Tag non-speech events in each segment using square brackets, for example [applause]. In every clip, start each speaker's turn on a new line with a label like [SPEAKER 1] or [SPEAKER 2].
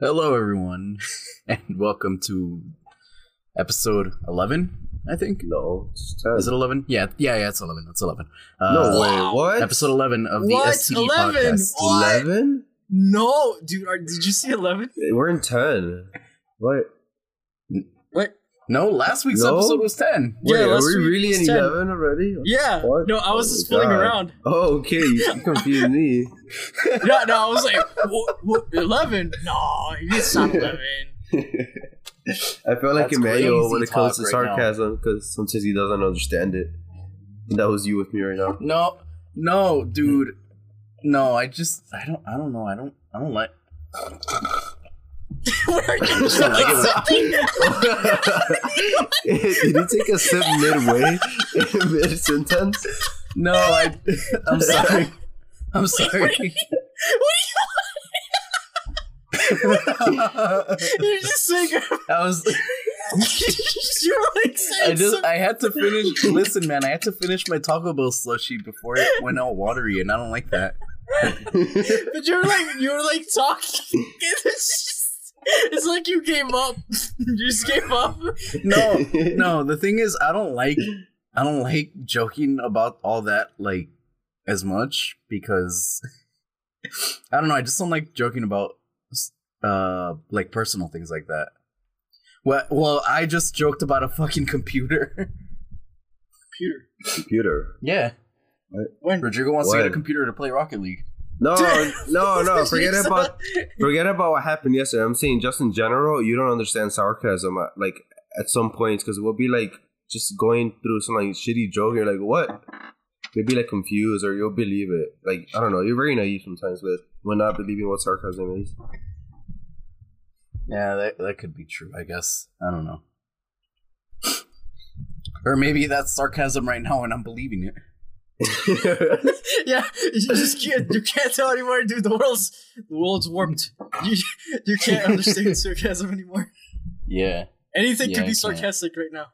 [SPEAKER 1] Hello, everyone, [laughs] and welcome to episode 11, I think.
[SPEAKER 2] No, it's ten.
[SPEAKER 1] Is it 11? Yeah, yeah, yeah, it's 11. It's 11.
[SPEAKER 2] no way.
[SPEAKER 3] Wow.
[SPEAKER 2] What?
[SPEAKER 1] Episode 11 of the
[SPEAKER 3] What?
[SPEAKER 1] STD
[SPEAKER 3] 11?
[SPEAKER 1] podcast.
[SPEAKER 3] What?
[SPEAKER 2] eleven?
[SPEAKER 3] No, dude, are, did you see eleven?
[SPEAKER 2] We're in ten. What?
[SPEAKER 3] What?
[SPEAKER 1] No, last week's
[SPEAKER 2] No?
[SPEAKER 1] episode was 10.
[SPEAKER 3] Yeah,
[SPEAKER 2] Wait,
[SPEAKER 3] last
[SPEAKER 2] are we
[SPEAKER 3] week
[SPEAKER 2] really
[SPEAKER 3] was
[SPEAKER 2] in
[SPEAKER 3] 10.
[SPEAKER 2] eleven already?
[SPEAKER 3] Yeah.
[SPEAKER 2] What?
[SPEAKER 3] No, I was
[SPEAKER 2] Oh
[SPEAKER 3] just
[SPEAKER 2] my
[SPEAKER 3] fooling
[SPEAKER 2] God.
[SPEAKER 3] around.
[SPEAKER 2] Oh, okay. You you
[SPEAKER 1] [laughs]
[SPEAKER 2] confused me.
[SPEAKER 3] No, no, I was like, "Wha- wha- eleven? No,
[SPEAKER 2] [laughs]
[SPEAKER 3] it's not eleven. [laughs]
[SPEAKER 2] I feel like
[SPEAKER 1] That's
[SPEAKER 2] Emmanuel
[SPEAKER 1] crazy
[SPEAKER 2] when it comes to
[SPEAKER 1] talk right now.
[SPEAKER 2] sarcasm because sometimes he doesn't understand it. And that was you with me right
[SPEAKER 1] [laughs]
[SPEAKER 2] now. [laughs]
[SPEAKER 1] No, no, dude. No, I just, I don't, I don't know. I don't, I don't like.
[SPEAKER 3] What are
[SPEAKER 2] [laughs]
[SPEAKER 3] you
[SPEAKER 1] Just don't like it when-
[SPEAKER 3] something?
[SPEAKER 2] Did you take a sip midway, mid sentence?
[SPEAKER 1] No, I, [laughs] I'm sorry. I'm sorry. [laughs]
[SPEAKER 3] What
[SPEAKER 1] I
[SPEAKER 3] are you? [laughs] You're just saying. [laughs]
[SPEAKER 1] was,
[SPEAKER 3] You're like saying
[SPEAKER 1] I just,
[SPEAKER 3] something.
[SPEAKER 1] I had to finish. Listen, man, I had to finish my Taco Bell slushie before it went all watery, and I don't like that.
[SPEAKER 3] But you're like, you're like talking. [laughs] It's just, it's like you gave up. [laughs] You just gave up.
[SPEAKER 2] [laughs]
[SPEAKER 1] No, no. The thing is, I don't like, I don't like joking about all that like as much because [laughs] I don't know. I just don't like joking about uh like personal things like that. Well, well, I just joked about a fucking computer. [laughs]
[SPEAKER 3] Computer.
[SPEAKER 2] [laughs] Computer.
[SPEAKER 1] Yeah.
[SPEAKER 3] When?
[SPEAKER 1] Rodrigo wants to get a
[SPEAKER 2] What?
[SPEAKER 1] computer to play Rocket League. [laughs]
[SPEAKER 2] No, no, no.
[SPEAKER 3] [laughs]
[SPEAKER 2] Forget
[SPEAKER 3] Jesus.
[SPEAKER 2] about forget about what happened yesterday. I'm saying just in general, you don't understand sarcasm. uh, Like at some points, because we'll be like just going through some like shitty joke. You're like, what? You'll be like confused, or you'll believe it. Like I don't know. You're very naive sometimes with when not believing what sarcasm is.
[SPEAKER 1] Yeah, that that could be true. I guess I don't know. Or maybe that's sarcasm right now, and I'm believing it. [laughs]
[SPEAKER 3] [laughs] Yeah, you just can't. You can't tell anymore, dude. The world's the world's warped. You you can't understand sarcasm anymore.
[SPEAKER 1] Yeah.
[SPEAKER 3] Anything
[SPEAKER 1] Yeah,
[SPEAKER 3] could
[SPEAKER 1] I
[SPEAKER 3] be
[SPEAKER 1] can't.
[SPEAKER 3] sarcastic right now.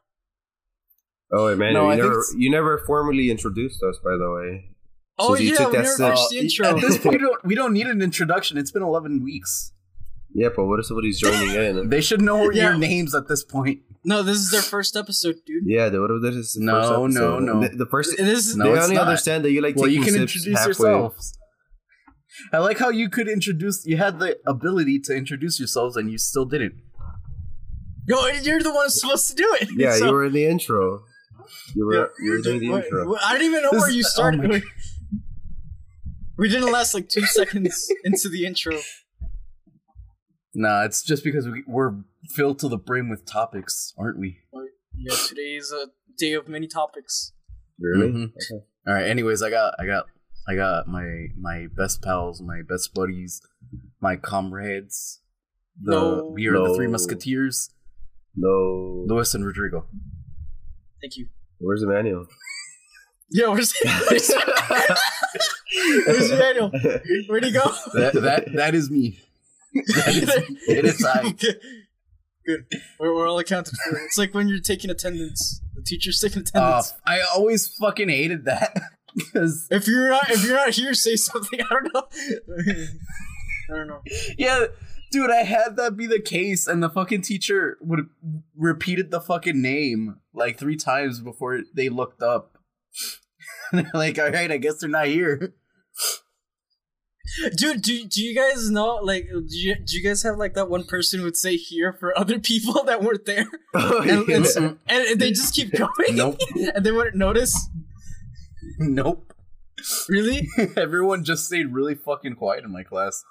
[SPEAKER 2] oh, wait, man,
[SPEAKER 1] No, I
[SPEAKER 2] you
[SPEAKER 1] think
[SPEAKER 2] never
[SPEAKER 1] it's-
[SPEAKER 2] you never formally introduced us, by the way.
[SPEAKER 3] Oh
[SPEAKER 2] you
[SPEAKER 3] yeah,
[SPEAKER 2] took
[SPEAKER 3] we
[SPEAKER 2] that
[SPEAKER 3] never
[SPEAKER 2] sip-
[SPEAKER 3] finished the intro.
[SPEAKER 1] At this
[SPEAKER 2] [laughs]
[SPEAKER 1] point, we don't, we don't need an introduction. It's been 11 weeks.
[SPEAKER 2] Yeah, but what if somebody's joining in?
[SPEAKER 1] They should know
[SPEAKER 3] Yeah.
[SPEAKER 1] your names at this point.
[SPEAKER 3] No, this is their first episode, dude.
[SPEAKER 2] Yeah, the, what if this is the
[SPEAKER 1] No,
[SPEAKER 2] first
[SPEAKER 1] no,
[SPEAKER 2] episode?
[SPEAKER 1] no.
[SPEAKER 2] The, the first
[SPEAKER 3] This is
[SPEAKER 1] No,
[SPEAKER 2] they
[SPEAKER 1] it's
[SPEAKER 2] only
[SPEAKER 1] not.
[SPEAKER 2] understand that you like
[SPEAKER 1] Well,
[SPEAKER 2] taking
[SPEAKER 1] you can
[SPEAKER 2] sips
[SPEAKER 1] introduce
[SPEAKER 2] halfway.
[SPEAKER 1] yourselves. I like how you could introduce. You had the ability to introduce yourselves, and you still didn't.
[SPEAKER 3] no, you're the one supposed to do it.
[SPEAKER 2] Yeah,
[SPEAKER 3] [laughs] So-
[SPEAKER 2] you were in the intro. You were
[SPEAKER 3] Yeah,
[SPEAKER 2] you were doing the
[SPEAKER 3] Wait,
[SPEAKER 2] intro.
[SPEAKER 3] wait, I don't even know
[SPEAKER 1] This
[SPEAKER 3] where
[SPEAKER 1] is-
[SPEAKER 3] you
[SPEAKER 1] oh
[SPEAKER 3] started.
[SPEAKER 1] my
[SPEAKER 3] We- [laughs] we didn't last
[SPEAKER 2] [laughs]
[SPEAKER 3] like two seconds into the intro.
[SPEAKER 1] Nah, it's just because we, we're filled to the brim with topics, aren't we?
[SPEAKER 3] Yeah, today is a day of many topics.
[SPEAKER 2] Really?
[SPEAKER 1] Mhm.
[SPEAKER 2] Okay.
[SPEAKER 1] All right. Anyways, I got, I got, I got my my best pals, my best buddies, my comrades. The
[SPEAKER 3] No.
[SPEAKER 1] we are the three
[SPEAKER 2] No.
[SPEAKER 1] musketeers:
[SPEAKER 2] No.
[SPEAKER 1] Luis and Rodrigo.
[SPEAKER 3] Thank you.
[SPEAKER 1] [laughs]
[SPEAKER 2] Where's Emmanuel?
[SPEAKER 3] Yeah, [laughs] where's
[SPEAKER 2] [laughs]
[SPEAKER 3] where's, where's Daniel? Where'd
[SPEAKER 2] [laughs]
[SPEAKER 3] he go?
[SPEAKER 1] That that, that is me. That is It
[SPEAKER 3] [laughs]
[SPEAKER 1] is I.
[SPEAKER 3] Good. We're, we're all accounted for. It's like when you're taking attendance. The teacher's taking
[SPEAKER 1] Uh,
[SPEAKER 3] attendance.
[SPEAKER 1] I always fucking hated that [laughs] because
[SPEAKER 3] if you're not if you're not here, say something. [laughs] I don't know. I don't know.
[SPEAKER 1] yeah, dude, I had that be the case, and the fucking teacher would repeated the fucking name like three times before they looked up. [laughs] And they're like, all right, I guess they're not here.
[SPEAKER 3] Dude, do, do you guys know like do you, do you guys have like that one person who would say here for other people [laughs] that weren't there?
[SPEAKER 2] Oh,
[SPEAKER 3] And,
[SPEAKER 2] yeah.
[SPEAKER 3] and, and they just keep going
[SPEAKER 1] Nope,
[SPEAKER 3] [laughs] and they wouldn't notice?
[SPEAKER 1] [laughs] nope. [laughs]
[SPEAKER 3] Really?
[SPEAKER 1] Everyone just stayed really fucking quiet in my class.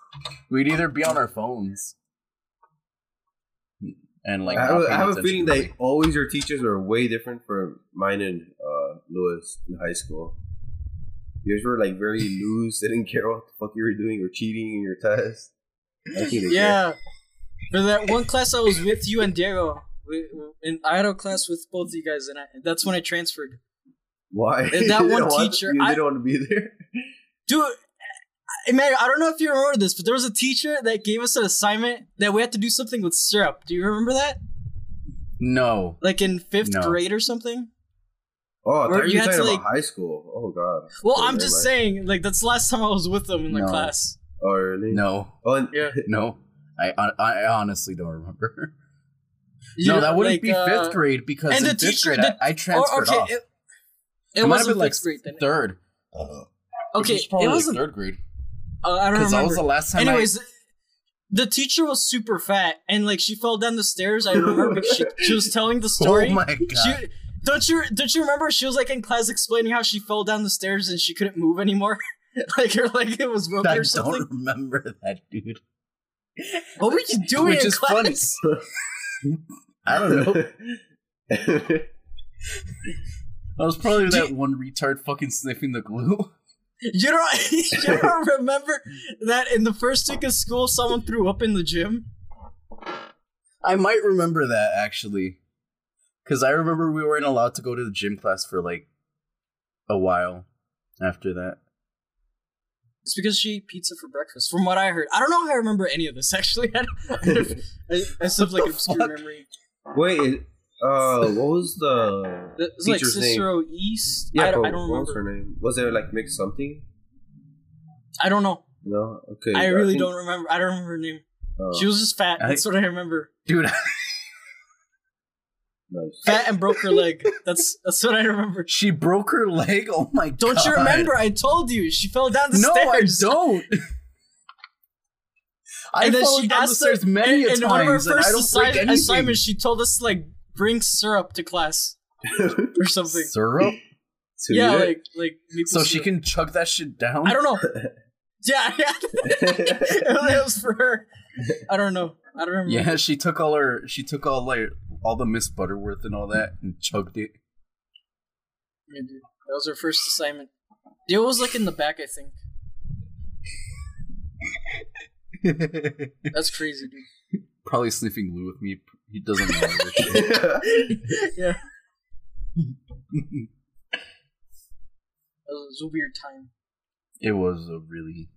[SPEAKER 1] We'd either be on our phones and like.
[SPEAKER 2] I
[SPEAKER 1] not
[SPEAKER 2] have, I
[SPEAKER 1] paying
[SPEAKER 2] have a
[SPEAKER 1] attention.
[SPEAKER 2] feeling that always your teachers are way different from mine and uh, Lewis in high school. Yours were like
[SPEAKER 1] [laughs]
[SPEAKER 2] very loose. They didn't care what the fuck you were doing or cheating in your test. I think they care.
[SPEAKER 3] Yeah. For that one class I was with you and Diego. We, and I had a class with both of you guys and I, that's when I transferred.
[SPEAKER 2] [laughs] Why?
[SPEAKER 3] And that
[SPEAKER 2] [laughs] You
[SPEAKER 3] one
[SPEAKER 2] don't want-
[SPEAKER 3] teacher,
[SPEAKER 2] you
[SPEAKER 3] I-
[SPEAKER 2] didn't want to be there. [laughs]
[SPEAKER 3] Dude, I- man, I don't know if you remember this, but there was a teacher that gave us an assignment that we had to do something with syrup. Do you remember that?
[SPEAKER 1] No.
[SPEAKER 3] Like in fifth
[SPEAKER 1] No.
[SPEAKER 3] grade or something?
[SPEAKER 2] Oh, I
[SPEAKER 3] Or
[SPEAKER 2] thought you
[SPEAKER 3] you
[SPEAKER 2] were
[SPEAKER 3] had
[SPEAKER 2] talking
[SPEAKER 3] to,
[SPEAKER 2] about
[SPEAKER 3] like-
[SPEAKER 2] high school. Oh god.
[SPEAKER 3] Well,
[SPEAKER 2] Oh,
[SPEAKER 3] I'm
[SPEAKER 2] never
[SPEAKER 3] just
[SPEAKER 2] mind.
[SPEAKER 3] saying, like that's the last time I was with them in the
[SPEAKER 1] No.
[SPEAKER 3] class.
[SPEAKER 2] Oh
[SPEAKER 1] [laughs]
[SPEAKER 2] really?
[SPEAKER 1] No.
[SPEAKER 2] Oh, and
[SPEAKER 3] Yeah.
[SPEAKER 1] No. I I, I honestly don't remember.
[SPEAKER 3] [laughs]
[SPEAKER 1] [laughs]
[SPEAKER 3] You
[SPEAKER 1] no,
[SPEAKER 3] know,
[SPEAKER 1] that wouldn't
[SPEAKER 3] like,
[SPEAKER 1] be
[SPEAKER 3] uh,
[SPEAKER 1] fifth grade because
[SPEAKER 3] and
[SPEAKER 1] in
[SPEAKER 3] the
[SPEAKER 1] fifth
[SPEAKER 3] teacher-
[SPEAKER 1] grade I-
[SPEAKER 3] the-
[SPEAKER 1] I,
[SPEAKER 3] Or,
[SPEAKER 1] transferred
[SPEAKER 3] okay,
[SPEAKER 1] off.
[SPEAKER 3] it,
[SPEAKER 1] It
[SPEAKER 3] it
[SPEAKER 1] might have
[SPEAKER 3] wasn't
[SPEAKER 1] been like
[SPEAKER 3] fifth grade then.
[SPEAKER 1] third.
[SPEAKER 3] Okay,
[SPEAKER 1] Which was
[SPEAKER 3] it
[SPEAKER 1] probably like
[SPEAKER 3] wasn't.
[SPEAKER 1] third grade
[SPEAKER 3] Uh, I don't
[SPEAKER 1] because that
[SPEAKER 3] remember.
[SPEAKER 1] was the last time.
[SPEAKER 3] Anyways, the teacher was super fat, and like she fell down the stairs. I remember
[SPEAKER 1] [laughs]
[SPEAKER 3] because she, she was telling the
[SPEAKER 1] I,
[SPEAKER 3] story.
[SPEAKER 1] oh my god!
[SPEAKER 3] She, don't you don't you remember? She was like in class explaining how she fell down the stairs and she couldn't move anymore. [laughs] like her like it was broken
[SPEAKER 1] [laughs] I
[SPEAKER 3] or something.
[SPEAKER 1] don't remember that, dude.
[SPEAKER 3] What were you doing
[SPEAKER 1] Which
[SPEAKER 3] in
[SPEAKER 1] is
[SPEAKER 3] class?
[SPEAKER 1] funny. I don't
[SPEAKER 3] [laughs]
[SPEAKER 1] know. That was probably
[SPEAKER 3] Do
[SPEAKER 1] that one retard fucking sniffing the glue.
[SPEAKER 3] You don't [laughs] you
[SPEAKER 1] [laughs]
[SPEAKER 3] don't remember that in the first week of school someone threw up in the gym?
[SPEAKER 1] I might remember that actually, because I remember we weren't allowed to go to the gym class for like a while after that.
[SPEAKER 3] It's because she ate pizza for breakfast, from what I heard. I don't know how I remember any of this actually. [laughs] I, don't- I, I have
[SPEAKER 1] the
[SPEAKER 3] like an obscure
[SPEAKER 1] fuck?
[SPEAKER 3] memory.
[SPEAKER 2] [laughs] Wait, it- uh, what was the
[SPEAKER 3] It's like
[SPEAKER 2] teacher's name?
[SPEAKER 3] Cicero East.
[SPEAKER 2] Yeah,
[SPEAKER 3] I, don't-
[SPEAKER 2] but
[SPEAKER 3] I don't
[SPEAKER 2] what was her
[SPEAKER 3] remember.
[SPEAKER 2] name? Was there like mixed something?
[SPEAKER 3] I don't know.
[SPEAKER 2] No. Okay.
[SPEAKER 3] I really
[SPEAKER 2] think-
[SPEAKER 3] don't remember. I don't remember her name.
[SPEAKER 2] Oh,
[SPEAKER 3] She was just fat.
[SPEAKER 1] I
[SPEAKER 3] That's what
[SPEAKER 1] [laughs]
[SPEAKER 3] I remember.
[SPEAKER 1] Dude,
[SPEAKER 2] nice.
[SPEAKER 3] Fat and broke her leg. That's that's what I remember.
[SPEAKER 1] she broke her leg. Oh my god!
[SPEAKER 3] Don't you remember? I told you she fell down the
[SPEAKER 1] no,
[SPEAKER 3] stairs.
[SPEAKER 1] I don't. I
[SPEAKER 3] And then
[SPEAKER 1] followed
[SPEAKER 3] she
[SPEAKER 1] down the
[SPEAKER 3] asked
[SPEAKER 1] stairs many a
[SPEAKER 3] in one of her
[SPEAKER 1] times, and I
[SPEAKER 3] first
[SPEAKER 1] don't break
[SPEAKER 3] assi-
[SPEAKER 1] anything.
[SPEAKER 3] assignments, she told us to, like bring syrup
[SPEAKER 1] [laughs]
[SPEAKER 3] to class or something. [laughs]
[SPEAKER 1] Syrup,
[SPEAKER 2] To
[SPEAKER 3] yeah,
[SPEAKER 2] eat
[SPEAKER 3] like like maple
[SPEAKER 1] so she
[SPEAKER 3] syrup.
[SPEAKER 1] can chug that shit down.
[SPEAKER 3] I
[SPEAKER 1] [laughs]
[SPEAKER 3] don't know. Yeah, [laughs] yeah.
[SPEAKER 2] it?
[SPEAKER 3] it was for her. I don't know. I don't remember.
[SPEAKER 1] Yeah, she took all her, she took all like all the Miss Butterworth and all that, and chugged it. [laughs]
[SPEAKER 3] Yeah, dude. Mm-hmm. That was her first assignment. It was like in the back, I think. That's crazy, dude.
[SPEAKER 1] Probably sniffing glue with me. He doesn't know.
[SPEAKER 3] yeah. It was a weird time.
[SPEAKER 1] it was a really.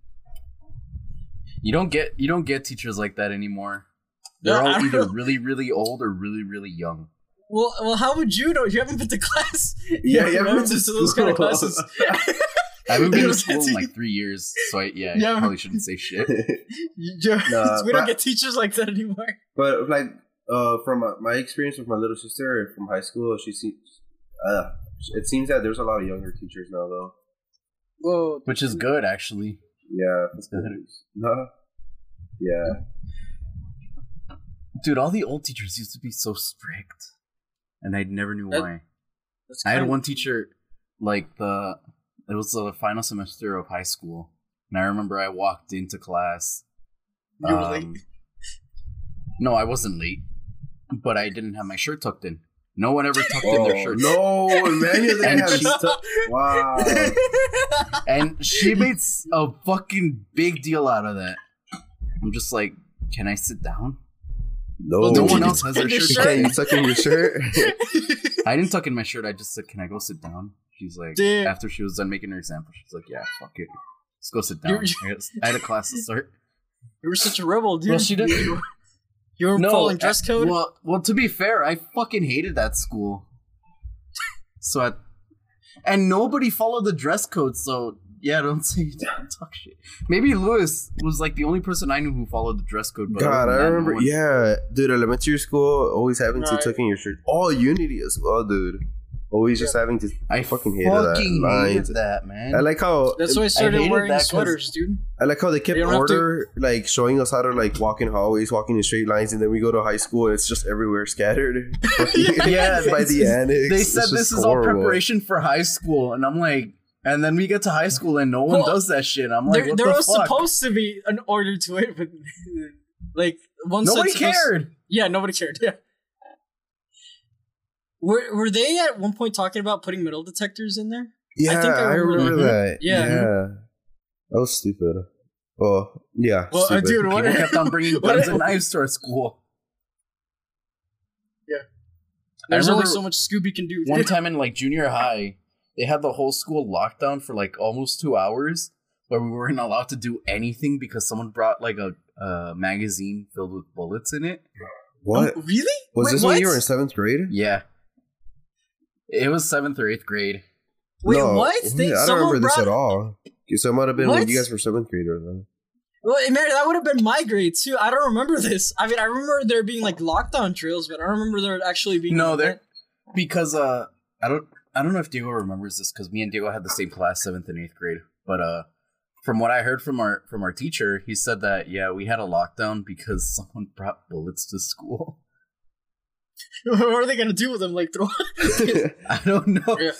[SPEAKER 1] You don't get you don't get teachers like that anymore. They're
[SPEAKER 3] Yeah, I
[SPEAKER 1] all
[SPEAKER 3] don't
[SPEAKER 1] either
[SPEAKER 3] know.
[SPEAKER 1] really really old or really really
[SPEAKER 3] [laughs]
[SPEAKER 1] young.
[SPEAKER 3] Well, well, how would you know? You haven't been to class.
[SPEAKER 2] Yeah, you haven't
[SPEAKER 3] remember
[SPEAKER 2] been to
[SPEAKER 3] to those kind of
[SPEAKER 2] school.
[SPEAKER 3] classes. [laughs]
[SPEAKER 1] I haven't been
[SPEAKER 3] You
[SPEAKER 1] to
[SPEAKER 3] don't get
[SPEAKER 1] school in
[SPEAKER 3] to-
[SPEAKER 1] like three years, so I, yeah, I
[SPEAKER 3] Yeah.
[SPEAKER 1] probably shouldn't say shit.
[SPEAKER 3] Yeah,
[SPEAKER 2] Nah,
[SPEAKER 3] [laughs] we don't
[SPEAKER 2] but-
[SPEAKER 3] get teachers like that anymore.
[SPEAKER 2] [laughs] But like uh, from uh, my experience with my little sister from high school, she seems. Uh, it seems that there's a lot of younger teachers now, though.
[SPEAKER 3] Whoa.
[SPEAKER 1] Which is good actually.
[SPEAKER 2] Yeah, that's good news. No. Yeah.
[SPEAKER 1] Dude, all the old teachers used to be so strict. And I never knew
[SPEAKER 3] That-
[SPEAKER 1] why.
[SPEAKER 3] That's
[SPEAKER 1] I had
[SPEAKER 3] kind-
[SPEAKER 1] one teacher, like the it was the final semester of high school, and I remember I walked into class.
[SPEAKER 3] You were
[SPEAKER 1] um,
[SPEAKER 3] late.
[SPEAKER 1] No, I wasn't late, but I didn't have my shirt tucked in. No one ever tucked in
[SPEAKER 3] Oh,
[SPEAKER 1] their shirts.
[SPEAKER 2] Oh, no,
[SPEAKER 1] [laughs]
[SPEAKER 2] Emmanuel didn't
[SPEAKER 1] And
[SPEAKER 2] have
[SPEAKER 1] she-
[SPEAKER 2] stuff. Wow.
[SPEAKER 1] And
[SPEAKER 3] [laughs]
[SPEAKER 1] she made s- a fucking big deal out of that. I'm just like, can I sit down?
[SPEAKER 2] No,
[SPEAKER 1] no
[SPEAKER 3] did
[SPEAKER 1] one
[SPEAKER 3] you
[SPEAKER 1] else has
[SPEAKER 3] tuck
[SPEAKER 1] their
[SPEAKER 3] in your
[SPEAKER 1] shirt.
[SPEAKER 3] shirt?
[SPEAKER 1] tucked in.
[SPEAKER 2] suck in your
[SPEAKER 3] [laughs]
[SPEAKER 2] shirt.
[SPEAKER 1] I didn't tuck in my shirt. I just said, "Can I go sit down?" She's like,
[SPEAKER 3] Dude.
[SPEAKER 1] after she was done making her example, she's like, "Yeah, fuck it, let's go sit down."
[SPEAKER 3] You're-
[SPEAKER 1] I had a class to start.
[SPEAKER 3] you were such a rebel, dude.
[SPEAKER 1] Well, she didn't.
[SPEAKER 3] You were following
[SPEAKER 1] uh,
[SPEAKER 3] dress code.
[SPEAKER 1] Well, well, to be fair, I fucking hated that school. [laughs] So, I, and nobody followed the dress code. So yeah, don't [laughs] say don't talk shit. Maybe Lewis was like the only person I knew who followed the dress code. But
[SPEAKER 2] [laughs] God,
[SPEAKER 1] other than
[SPEAKER 2] I
[SPEAKER 1] that, no
[SPEAKER 2] remember.
[SPEAKER 1] one-
[SPEAKER 2] Yeah, dude, elementary school always having to
[SPEAKER 3] Right.
[SPEAKER 2] tuck in your shirt. All unity as well, dude. Always just having to.
[SPEAKER 1] I
[SPEAKER 2] fucking
[SPEAKER 1] fucking
[SPEAKER 2] hated
[SPEAKER 1] hated
[SPEAKER 2] that
[SPEAKER 1] that.
[SPEAKER 2] line.
[SPEAKER 1] man.
[SPEAKER 2] I like how
[SPEAKER 3] That's why I started
[SPEAKER 1] hated
[SPEAKER 3] wearing
[SPEAKER 1] that 'cause-
[SPEAKER 3] sweaters, dude.
[SPEAKER 2] I like how they kept
[SPEAKER 3] You don't have to-
[SPEAKER 2] order, like showing us how to like walk in hallways, walking in straight lines, and then we go to high school and it's just everywhere
[SPEAKER 3] [laughs]
[SPEAKER 2] scattered. [laughs]
[SPEAKER 1] Yeah,
[SPEAKER 2] by
[SPEAKER 1] it's-
[SPEAKER 2] the annex.
[SPEAKER 1] they
[SPEAKER 2] It's
[SPEAKER 1] said
[SPEAKER 2] just
[SPEAKER 1] this is all
[SPEAKER 2] horrible.
[SPEAKER 1] preparation for high school, and I'm like, and then we get to high school and no one
[SPEAKER 3] Well,
[SPEAKER 1] does that shit. I'm like,
[SPEAKER 3] there
[SPEAKER 1] what
[SPEAKER 3] there
[SPEAKER 1] the
[SPEAKER 3] was
[SPEAKER 1] fuck?
[SPEAKER 3] supposed to be an order to it, but [laughs] like once
[SPEAKER 1] Nobody
[SPEAKER 3] it's supposed-
[SPEAKER 1] cared.
[SPEAKER 3] Yeah, nobody cared. Yeah. Were were they at one point talking about putting metal detectors in there?
[SPEAKER 2] Yeah, I,
[SPEAKER 3] I think I
[SPEAKER 2] remember,
[SPEAKER 3] remember
[SPEAKER 2] that.
[SPEAKER 3] [laughs] Yeah.
[SPEAKER 2] that was stupid. Well, yeah,
[SPEAKER 3] Well, uh,
[SPEAKER 2] stupid.
[SPEAKER 3] dude,
[SPEAKER 1] People
[SPEAKER 3] [laughs] what?
[SPEAKER 1] kept on bringing
[SPEAKER 3] [laughs] What-
[SPEAKER 1] guns and knives to our school. I
[SPEAKER 3] There's only
[SPEAKER 1] remember
[SPEAKER 3] so much Scooby can do.
[SPEAKER 1] One time in like junior high, they had the whole school locked down for like almost two hours, where we weren't allowed to do anything because someone brought like a, a magazine filled with bullets in it.
[SPEAKER 2] what
[SPEAKER 3] Oh, really?
[SPEAKER 2] was
[SPEAKER 3] Wait,
[SPEAKER 2] this
[SPEAKER 3] what?
[SPEAKER 2] when you were in seventh grade?
[SPEAKER 1] Yeah, it was seventh or eighth grade.
[SPEAKER 3] Wait,
[SPEAKER 2] No,
[SPEAKER 3] what? They,
[SPEAKER 2] I don't
[SPEAKER 3] someone
[SPEAKER 2] remember this
[SPEAKER 3] brought-
[SPEAKER 2] at all. So it might have been when
[SPEAKER 3] What? [laughs]
[SPEAKER 2] you guys were seventh grade or something.
[SPEAKER 3] Well, it- man, that would have been my grade too. I don't remember this. I mean, I remember there being like lockdown drills, but I don't remember there actually being.
[SPEAKER 1] No,
[SPEAKER 3] an
[SPEAKER 1] there-
[SPEAKER 3] event.
[SPEAKER 1] because uh I don't I don't know if Diego remembers this because me and Diego had the same class seventh and eighth grade. But uh from what I heard from our from our teacher, he said that yeah, we had a lockdown because [laughs] someone brought bullets to school.
[SPEAKER 3] [laughs]
[SPEAKER 1] [laughs]
[SPEAKER 3] what are they gonna do with them? Like throw? [laughs]
[SPEAKER 1] I don't know.
[SPEAKER 3] Yeah.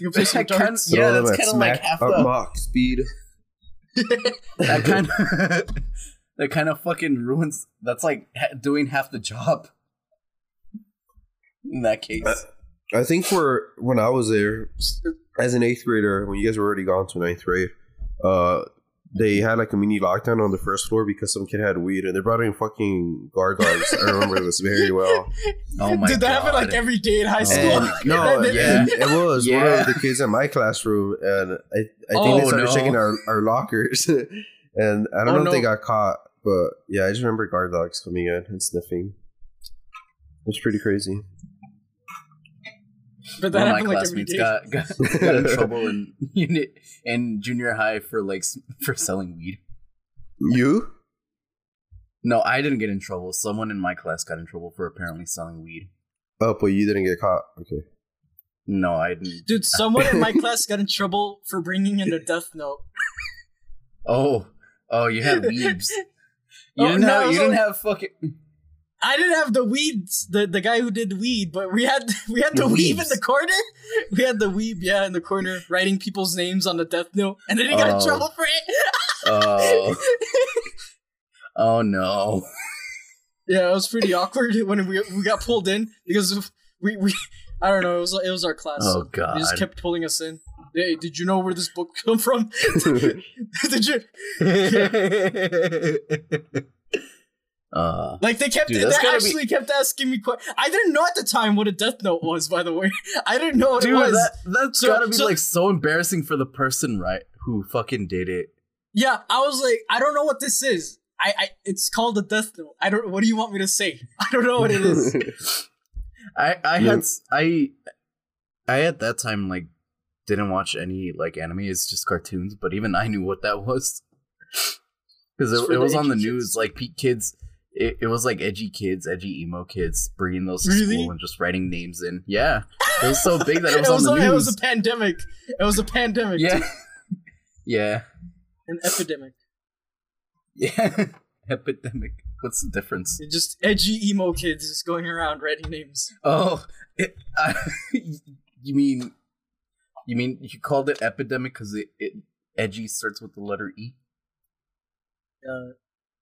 [SPEAKER 3] You play some
[SPEAKER 1] That kind,
[SPEAKER 3] darts?
[SPEAKER 1] yeah,
[SPEAKER 2] Throw them
[SPEAKER 1] that's
[SPEAKER 2] at
[SPEAKER 1] kind of like
[SPEAKER 2] smack-
[SPEAKER 1] half
[SPEAKER 2] or
[SPEAKER 1] the,
[SPEAKER 2] mock speed.
[SPEAKER 3] [laughs]
[SPEAKER 1] that kind [laughs] of that kind of fucking ruins. That's like ha- doing half the job. In that case,
[SPEAKER 2] Uh, I think for when I was there as an eighth grader, when you guys were already gone to ninth grade, uh, they had like a mini lockdown on the first floor because some kid had weed, and they brought in fucking guard dogs. I remember this very well.
[SPEAKER 1] oh my
[SPEAKER 3] Did that happen like
[SPEAKER 1] God.
[SPEAKER 3] every day in high
[SPEAKER 1] Oh.
[SPEAKER 3] school?
[SPEAKER 2] And no,
[SPEAKER 1] Yeah.
[SPEAKER 2] and it was one
[SPEAKER 1] Yeah.
[SPEAKER 2] of the kids in my classroom, and I, I think they
[SPEAKER 1] Oh,
[SPEAKER 2] started
[SPEAKER 1] no.
[SPEAKER 2] checking our, our lockers, [laughs] and I don't
[SPEAKER 1] Oh,
[SPEAKER 2] know if they
[SPEAKER 1] no.
[SPEAKER 2] got caught, but yeah, I just remember guard dogs coming in and sniffing. It's pretty crazy.
[SPEAKER 3] but that
[SPEAKER 1] One of
[SPEAKER 3] happened
[SPEAKER 1] my
[SPEAKER 3] like every
[SPEAKER 1] classmates
[SPEAKER 3] day.
[SPEAKER 1] got, got,
[SPEAKER 3] [laughs]
[SPEAKER 1] got in trouble in unit in junior high for like s- [laughs] for selling weed.
[SPEAKER 2] You?
[SPEAKER 1] No, I didn't get in trouble. Someone in my class got in trouble for apparently selling weed.
[SPEAKER 2] Oh, but you didn't get caught. Okay.
[SPEAKER 1] [laughs] No, I didn't.
[SPEAKER 3] Dude, someone in
[SPEAKER 1] [laughs]
[SPEAKER 3] my class got in trouble for bringing in a death note.
[SPEAKER 1] Oh, oh, you
[SPEAKER 3] [laughs]
[SPEAKER 1] had weebs. You
[SPEAKER 3] Oh,
[SPEAKER 1] didn't
[SPEAKER 3] no, I
[SPEAKER 1] have.
[SPEAKER 3] was
[SPEAKER 1] You didn't
[SPEAKER 3] like-
[SPEAKER 1] have fucking.
[SPEAKER 3] I didn't have the weeds, the, the guy who did weed, but we had [laughs] we had the,
[SPEAKER 1] The
[SPEAKER 3] weeb in
[SPEAKER 1] weebs.
[SPEAKER 3] the corner. We had the weeb, yeah, in the corner, writing people's names on the death note, and then he got in
[SPEAKER 1] Oh.
[SPEAKER 3] trouble for it. [laughs]
[SPEAKER 1] Oh, oh no.
[SPEAKER 3] yeah, it was pretty awkward [laughs] when we we got pulled in because we, we I don't know, it was it was our class.
[SPEAKER 1] Oh
[SPEAKER 3] so They just [laughs]
[SPEAKER 1] god.
[SPEAKER 3] kept pulling us in. Hey, did you know where this book [laughs] come from? did you
[SPEAKER 1] uh,
[SPEAKER 3] Like they kept
[SPEAKER 1] Dude,
[SPEAKER 3] they
[SPEAKER 1] that's gotta be-
[SPEAKER 3] actually kept asking me questions. I didn't know at the time what a death note was, by the way. [laughs] I didn't know what
[SPEAKER 1] dude,
[SPEAKER 3] it was.
[SPEAKER 1] that, that's
[SPEAKER 3] So-
[SPEAKER 1] gotta be
[SPEAKER 3] so-
[SPEAKER 1] like so embarrassing for the person, right? Who fucking did it?
[SPEAKER 3] Yeah, I was like, I don't know what this is. I, I it's called a death note. I don't what do you want me to say? [laughs] I don't know what it [laughs] is.
[SPEAKER 1] I I
[SPEAKER 2] Yeah.
[SPEAKER 1] had s- I I at that time like didn't watch any like anime. It's just cartoons. But even I knew what that was [laughs] because
[SPEAKER 3] It's
[SPEAKER 1] it,
[SPEAKER 3] for
[SPEAKER 1] it
[SPEAKER 3] the
[SPEAKER 1] was on the
[SPEAKER 3] edgy
[SPEAKER 1] news.
[SPEAKER 3] kids.
[SPEAKER 1] Like peak kids, it, it was like edgy kids, edgy emo kids bringing those to
[SPEAKER 3] Really?
[SPEAKER 1] school and just writing names in. Yeah, it was
[SPEAKER 3] [laughs]
[SPEAKER 1] so big that it
[SPEAKER 3] It
[SPEAKER 1] was,
[SPEAKER 3] was,
[SPEAKER 1] on
[SPEAKER 3] a,
[SPEAKER 1] the news.
[SPEAKER 3] it was a pandemic. It was a pandemic.
[SPEAKER 1] yeah,
[SPEAKER 3] dude.
[SPEAKER 1] yeah,
[SPEAKER 3] [laughs]
[SPEAKER 1] [laughs]
[SPEAKER 3] An epidemic.
[SPEAKER 1] yeah. [laughs] Epidemic. What's the difference?
[SPEAKER 3] It just edgy emo kids just going around writing names.
[SPEAKER 1] Oh, it, [laughs] I, you mean you mean you called it epidemic because it, it edgy starts with the letter E.
[SPEAKER 3] Uh,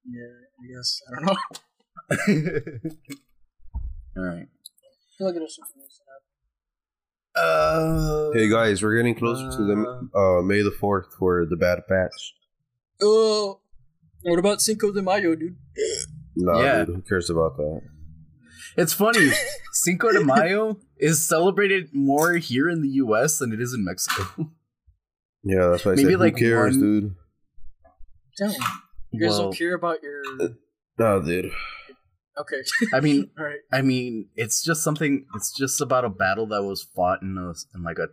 [SPEAKER 3] yeah, I guess. I [laughs] don't know.
[SPEAKER 1] All right. Uh,
[SPEAKER 2] [laughs] hey guys, we're getting closer to the uh, May the fourth for the Bad Batch.
[SPEAKER 3] Oh, what about Cinco de Mayo, dude?
[SPEAKER 2] Nah,
[SPEAKER 1] Yeah.
[SPEAKER 2] dude, who cares about that?
[SPEAKER 1] It's funny.
[SPEAKER 2] [laughs]
[SPEAKER 1] Cinco de Mayo is celebrated more here in the U.S. than it is in Mexico.
[SPEAKER 2] Yeah, that's why I
[SPEAKER 1] Maybe,
[SPEAKER 2] said,
[SPEAKER 1] like,
[SPEAKER 2] who cares,
[SPEAKER 1] one-
[SPEAKER 2] dude?
[SPEAKER 3] Damn. You guys
[SPEAKER 1] Well,
[SPEAKER 3] don't care about [laughs] your.
[SPEAKER 2] Nah, dude.
[SPEAKER 3] Okay.
[SPEAKER 1] I mean,
[SPEAKER 3] [laughs] All right.
[SPEAKER 1] I mean, it's just something. It's just about a battle that was fought in a in like a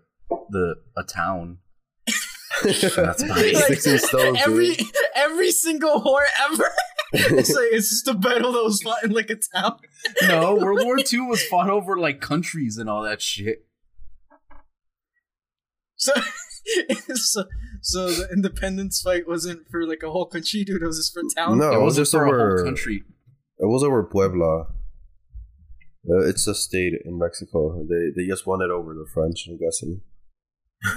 [SPEAKER 1] the a town. [laughs]
[SPEAKER 2] [laughs]
[SPEAKER 1] That's about it.
[SPEAKER 2] Sticks and stones,
[SPEAKER 3] [laughs] every
[SPEAKER 2] dude.
[SPEAKER 3] every single whore ever. [laughs] it's like it's just a battle that was fought in like a town. [laughs]
[SPEAKER 1] No, World War II was fought over like countries and all that shit.
[SPEAKER 3] So, so, so the independence fight wasn't for like a whole country, dude. It was just for a town.
[SPEAKER 2] No,
[SPEAKER 1] it
[SPEAKER 2] it was
[SPEAKER 1] wasn't
[SPEAKER 2] Oh, just
[SPEAKER 1] for a
[SPEAKER 2] over.
[SPEAKER 1] whole
[SPEAKER 2] It
[SPEAKER 1] country.
[SPEAKER 2] was over Puebla. Uh, it's a state in Mexico. They they just won it over the French. I'm guessing.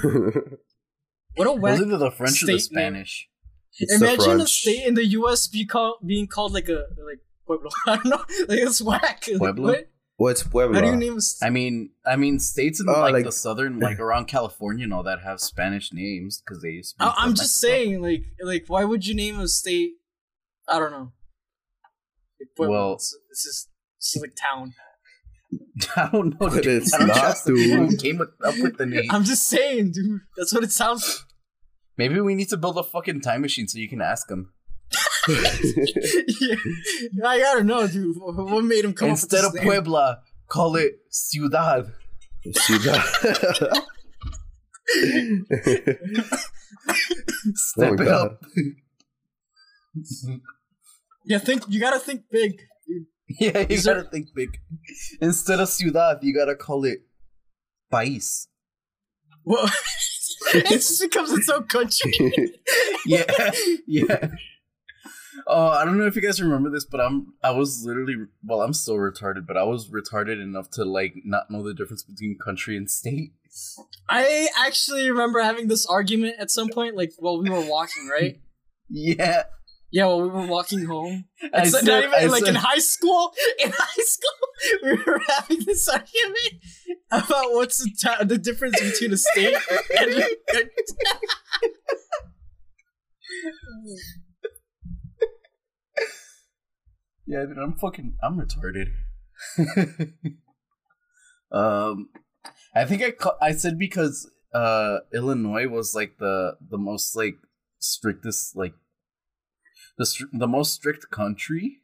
[SPEAKER 2] [laughs]
[SPEAKER 3] What a
[SPEAKER 1] Was
[SPEAKER 3] whack!
[SPEAKER 1] it the French or the
[SPEAKER 3] state name.
[SPEAKER 1] Spanish?
[SPEAKER 2] It's the
[SPEAKER 3] Imagine a
[SPEAKER 2] French.
[SPEAKER 3] state in the U.S. Be call, being called like a like pueblo. [laughs] I don't know. Like it's whack. [laughs] Like,
[SPEAKER 1] Pueblo?
[SPEAKER 3] what?
[SPEAKER 2] Well, it's Puebla.
[SPEAKER 3] How do you name? a s-
[SPEAKER 1] I mean, I mean, states in
[SPEAKER 2] Oh,
[SPEAKER 1] like,
[SPEAKER 2] like-
[SPEAKER 1] the southern,
[SPEAKER 2] [clears throat]
[SPEAKER 1] like around California and all that, have Spanish names because they. used to be
[SPEAKER 3] I, Oh, I'm
[SPEAKER 1] from
[SPEAKER 3] just
[SPEAKER 1] Mexico.
[SPEAKER 3] saying, like, like why would you name a state? I don't know. Like, pueblo.
[SPEAKER 1] Well-
[SPEAKER 3] it's, it's just it's just like town.
[SPEAKER 1] [laughs] I don't know.
[SPEAKER 2] But
[SPEAKER 1] dude.
[SPEAKER 2] it's
[SPEAKER 1] I don't
[SPEAKER 2] not,
[SPEAKER 1] trust the people who
[SPEAKER 2] dude.
[SPEAKER 1] came with, up with the name.
[SPEAKER 3] I'm just saying, dude. That's what it sounds. like.
[SPEAKER 1] Maybe we need to build a fucking time machine so you can ask them
[SPEAKER 2] [laughs]
[SPEAKER 3] [laughs] yeah. I gotta know, dude. What what made him come
[SPEAKER 1] instead
[SPEAKER 3] up
[SPEAKER 1] of
[SPEAKER 3] with this name?
[SPEAKER 1] Puebla, call it Ciudad.
[SPEAKER 3] [laughs]
[SPEAKER 2] Ciudad.
[SPEAKER 1] Step it
[SPEAKER 2] Oh, God.
[SPEAKER 1] up. [laughs]
[SPEAKER 3] Yeah, think you gotta think big.
[SPEAKER 1] [laughs] Yeah, you
[SPEAKER 3] Is there-
[SPEAKER 1] gotta think big. Instead of ciudad, you gotta call it país.
[SPEAKER 3] Whoa. [laughs] it just becomes its own country.
[SPEAKER 1] Yeah, [laughs] yeah. Oh, I don't know if you guys remember this, but I'm I was literally well, I'm still retarded, but I was retarded enough to like not know the difference between country and state. [laughs]
[SPEAKER 3] I actually remember having this argument at some point, like while we were walking, right?
[SPEAKER 1] Yeah,
[SPEAKER 3] Yeah, while we were walking home.
[SPEAKER 1] I
[SPEAKER 3] It's not
[SPEAKER 1] said-
[SPEAKER 3] even
[SPEAKER 1] I
[SPEAKER 3] like in
[SPEAKER 1] said-
[SPEAKER 3] high school. In high school, [laughs] we were having this argument about what's the, ta- the difference between a state and [laughs] a country.
[SPEAKER 1] [laughs] Yeah, dude, I'm fucking I'm retarded. [laughs] um I think I ca- I said because uh Illinois was like the the most like strictest like the str- the most strict country.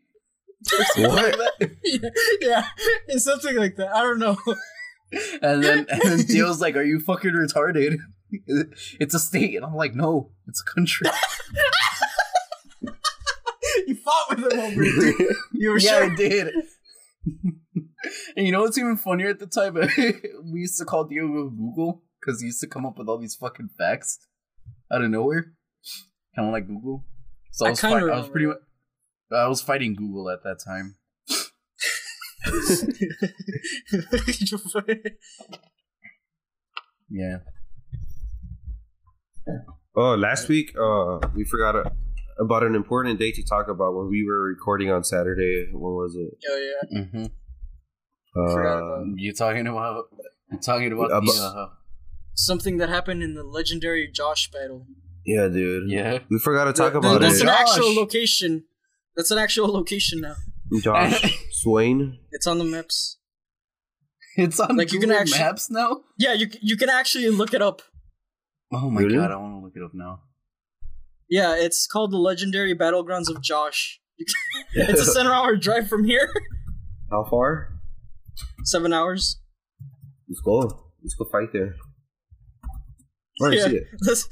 [SPEAKER 2] what? [laughs]
[SPEAKER 3] yeah, it's something like that. I don't know. [laughs]
[SPEAKER 1] And then and then Dale's like, "Are you fucking retarded? [laughs] It's a state." And I'm like, "No, it's a country."
[SPEAKER 3] you fought with him over it. dude. You were
[SPEAKER 1] yeah,
[SPEAKER 3] sure.
[SPEAKER 1] I
[SPEAKER 3] [laughs]
[SPEAKER 1] did. and you know what's even funnier at the time? [laughs] we used to call Diego Google because he used to come up with all these fucking facts out of nowhere, kind of like Google. So I
[SPEAKER 3] I
[SPEAKER 1] was,
[SPEAKER 3] kinda
[SPEAKER 1] fi- I was pretty much,
[SPEAKER 3] remember
[SPEAKER 1] I was fighting Google at that time. Yeah,
[SPEAKER 2] Oh, last week, uh, we forgot a, about an important day to talk about when we were recording on Saturday. What was it?
[SPEAKER 3] oh yeah.
[SPEAKER 1] hmm
[SPEAKER 3] Forgot about
[SPEAKER 2] Uh,
[SPEAKER 1] you talking about you talking about
[SPEAKER 2] Yeah,
[SPEAKER 1] the
[SPEAKER 2] but-
[SPEAKER 1] uh,
[SPEAKER 3] Something that happened in the legendary Josh battle.
[SPEAKER 2] yeah, dude.
[SPEAKER 1] yeah. [laughs]
[SPEAKER 2] We forgot to talk
[SPEAKER 3] Th- th-
[SPEAKER 2] about
[SPEAKER 3] that's
[SPEAKER 2] it.
[SPEAKER 3] an actual
[SPEAKER 1] Josh.
[SPEAKER 3] location. That's an actual location now.
[SPEAKER 2] Josh
[SPEAKER 3] [laughs]
[SPEAKER 2] Swain.
[SPEAKER 3] It's on the maps.
[SPEAKER 1] It's on
[SPEAKER 3] Like, you can
[SPEAKER 1] Google
[SPEAKER 3] actu-
[SPEAKER 1] Maps now.
[SPEAKER 3] Yeah, you c- you can actually look it up.
[SPEAKER 1] Oh my
[SPEAKER 2] Really?
[SPEAKER 1] god, I want to look it up now.
[SPEAKER 3] Yeah, it's called the legendary battlegrounds of Josh.
[SPEAKER 2] [laughs]
[SPEAKER 3] It's a seven hour drive from here. [laughs]
[SPEAKER 2] How far?
[SPEAKER 3] Seven hours.
[SPEAKER 2] Let's go. Let's go fight there. Let me
[SPEAKER 3] yeah.
[SPEAKER 2] see it.
[SPEAKER 3] [laughs] That's-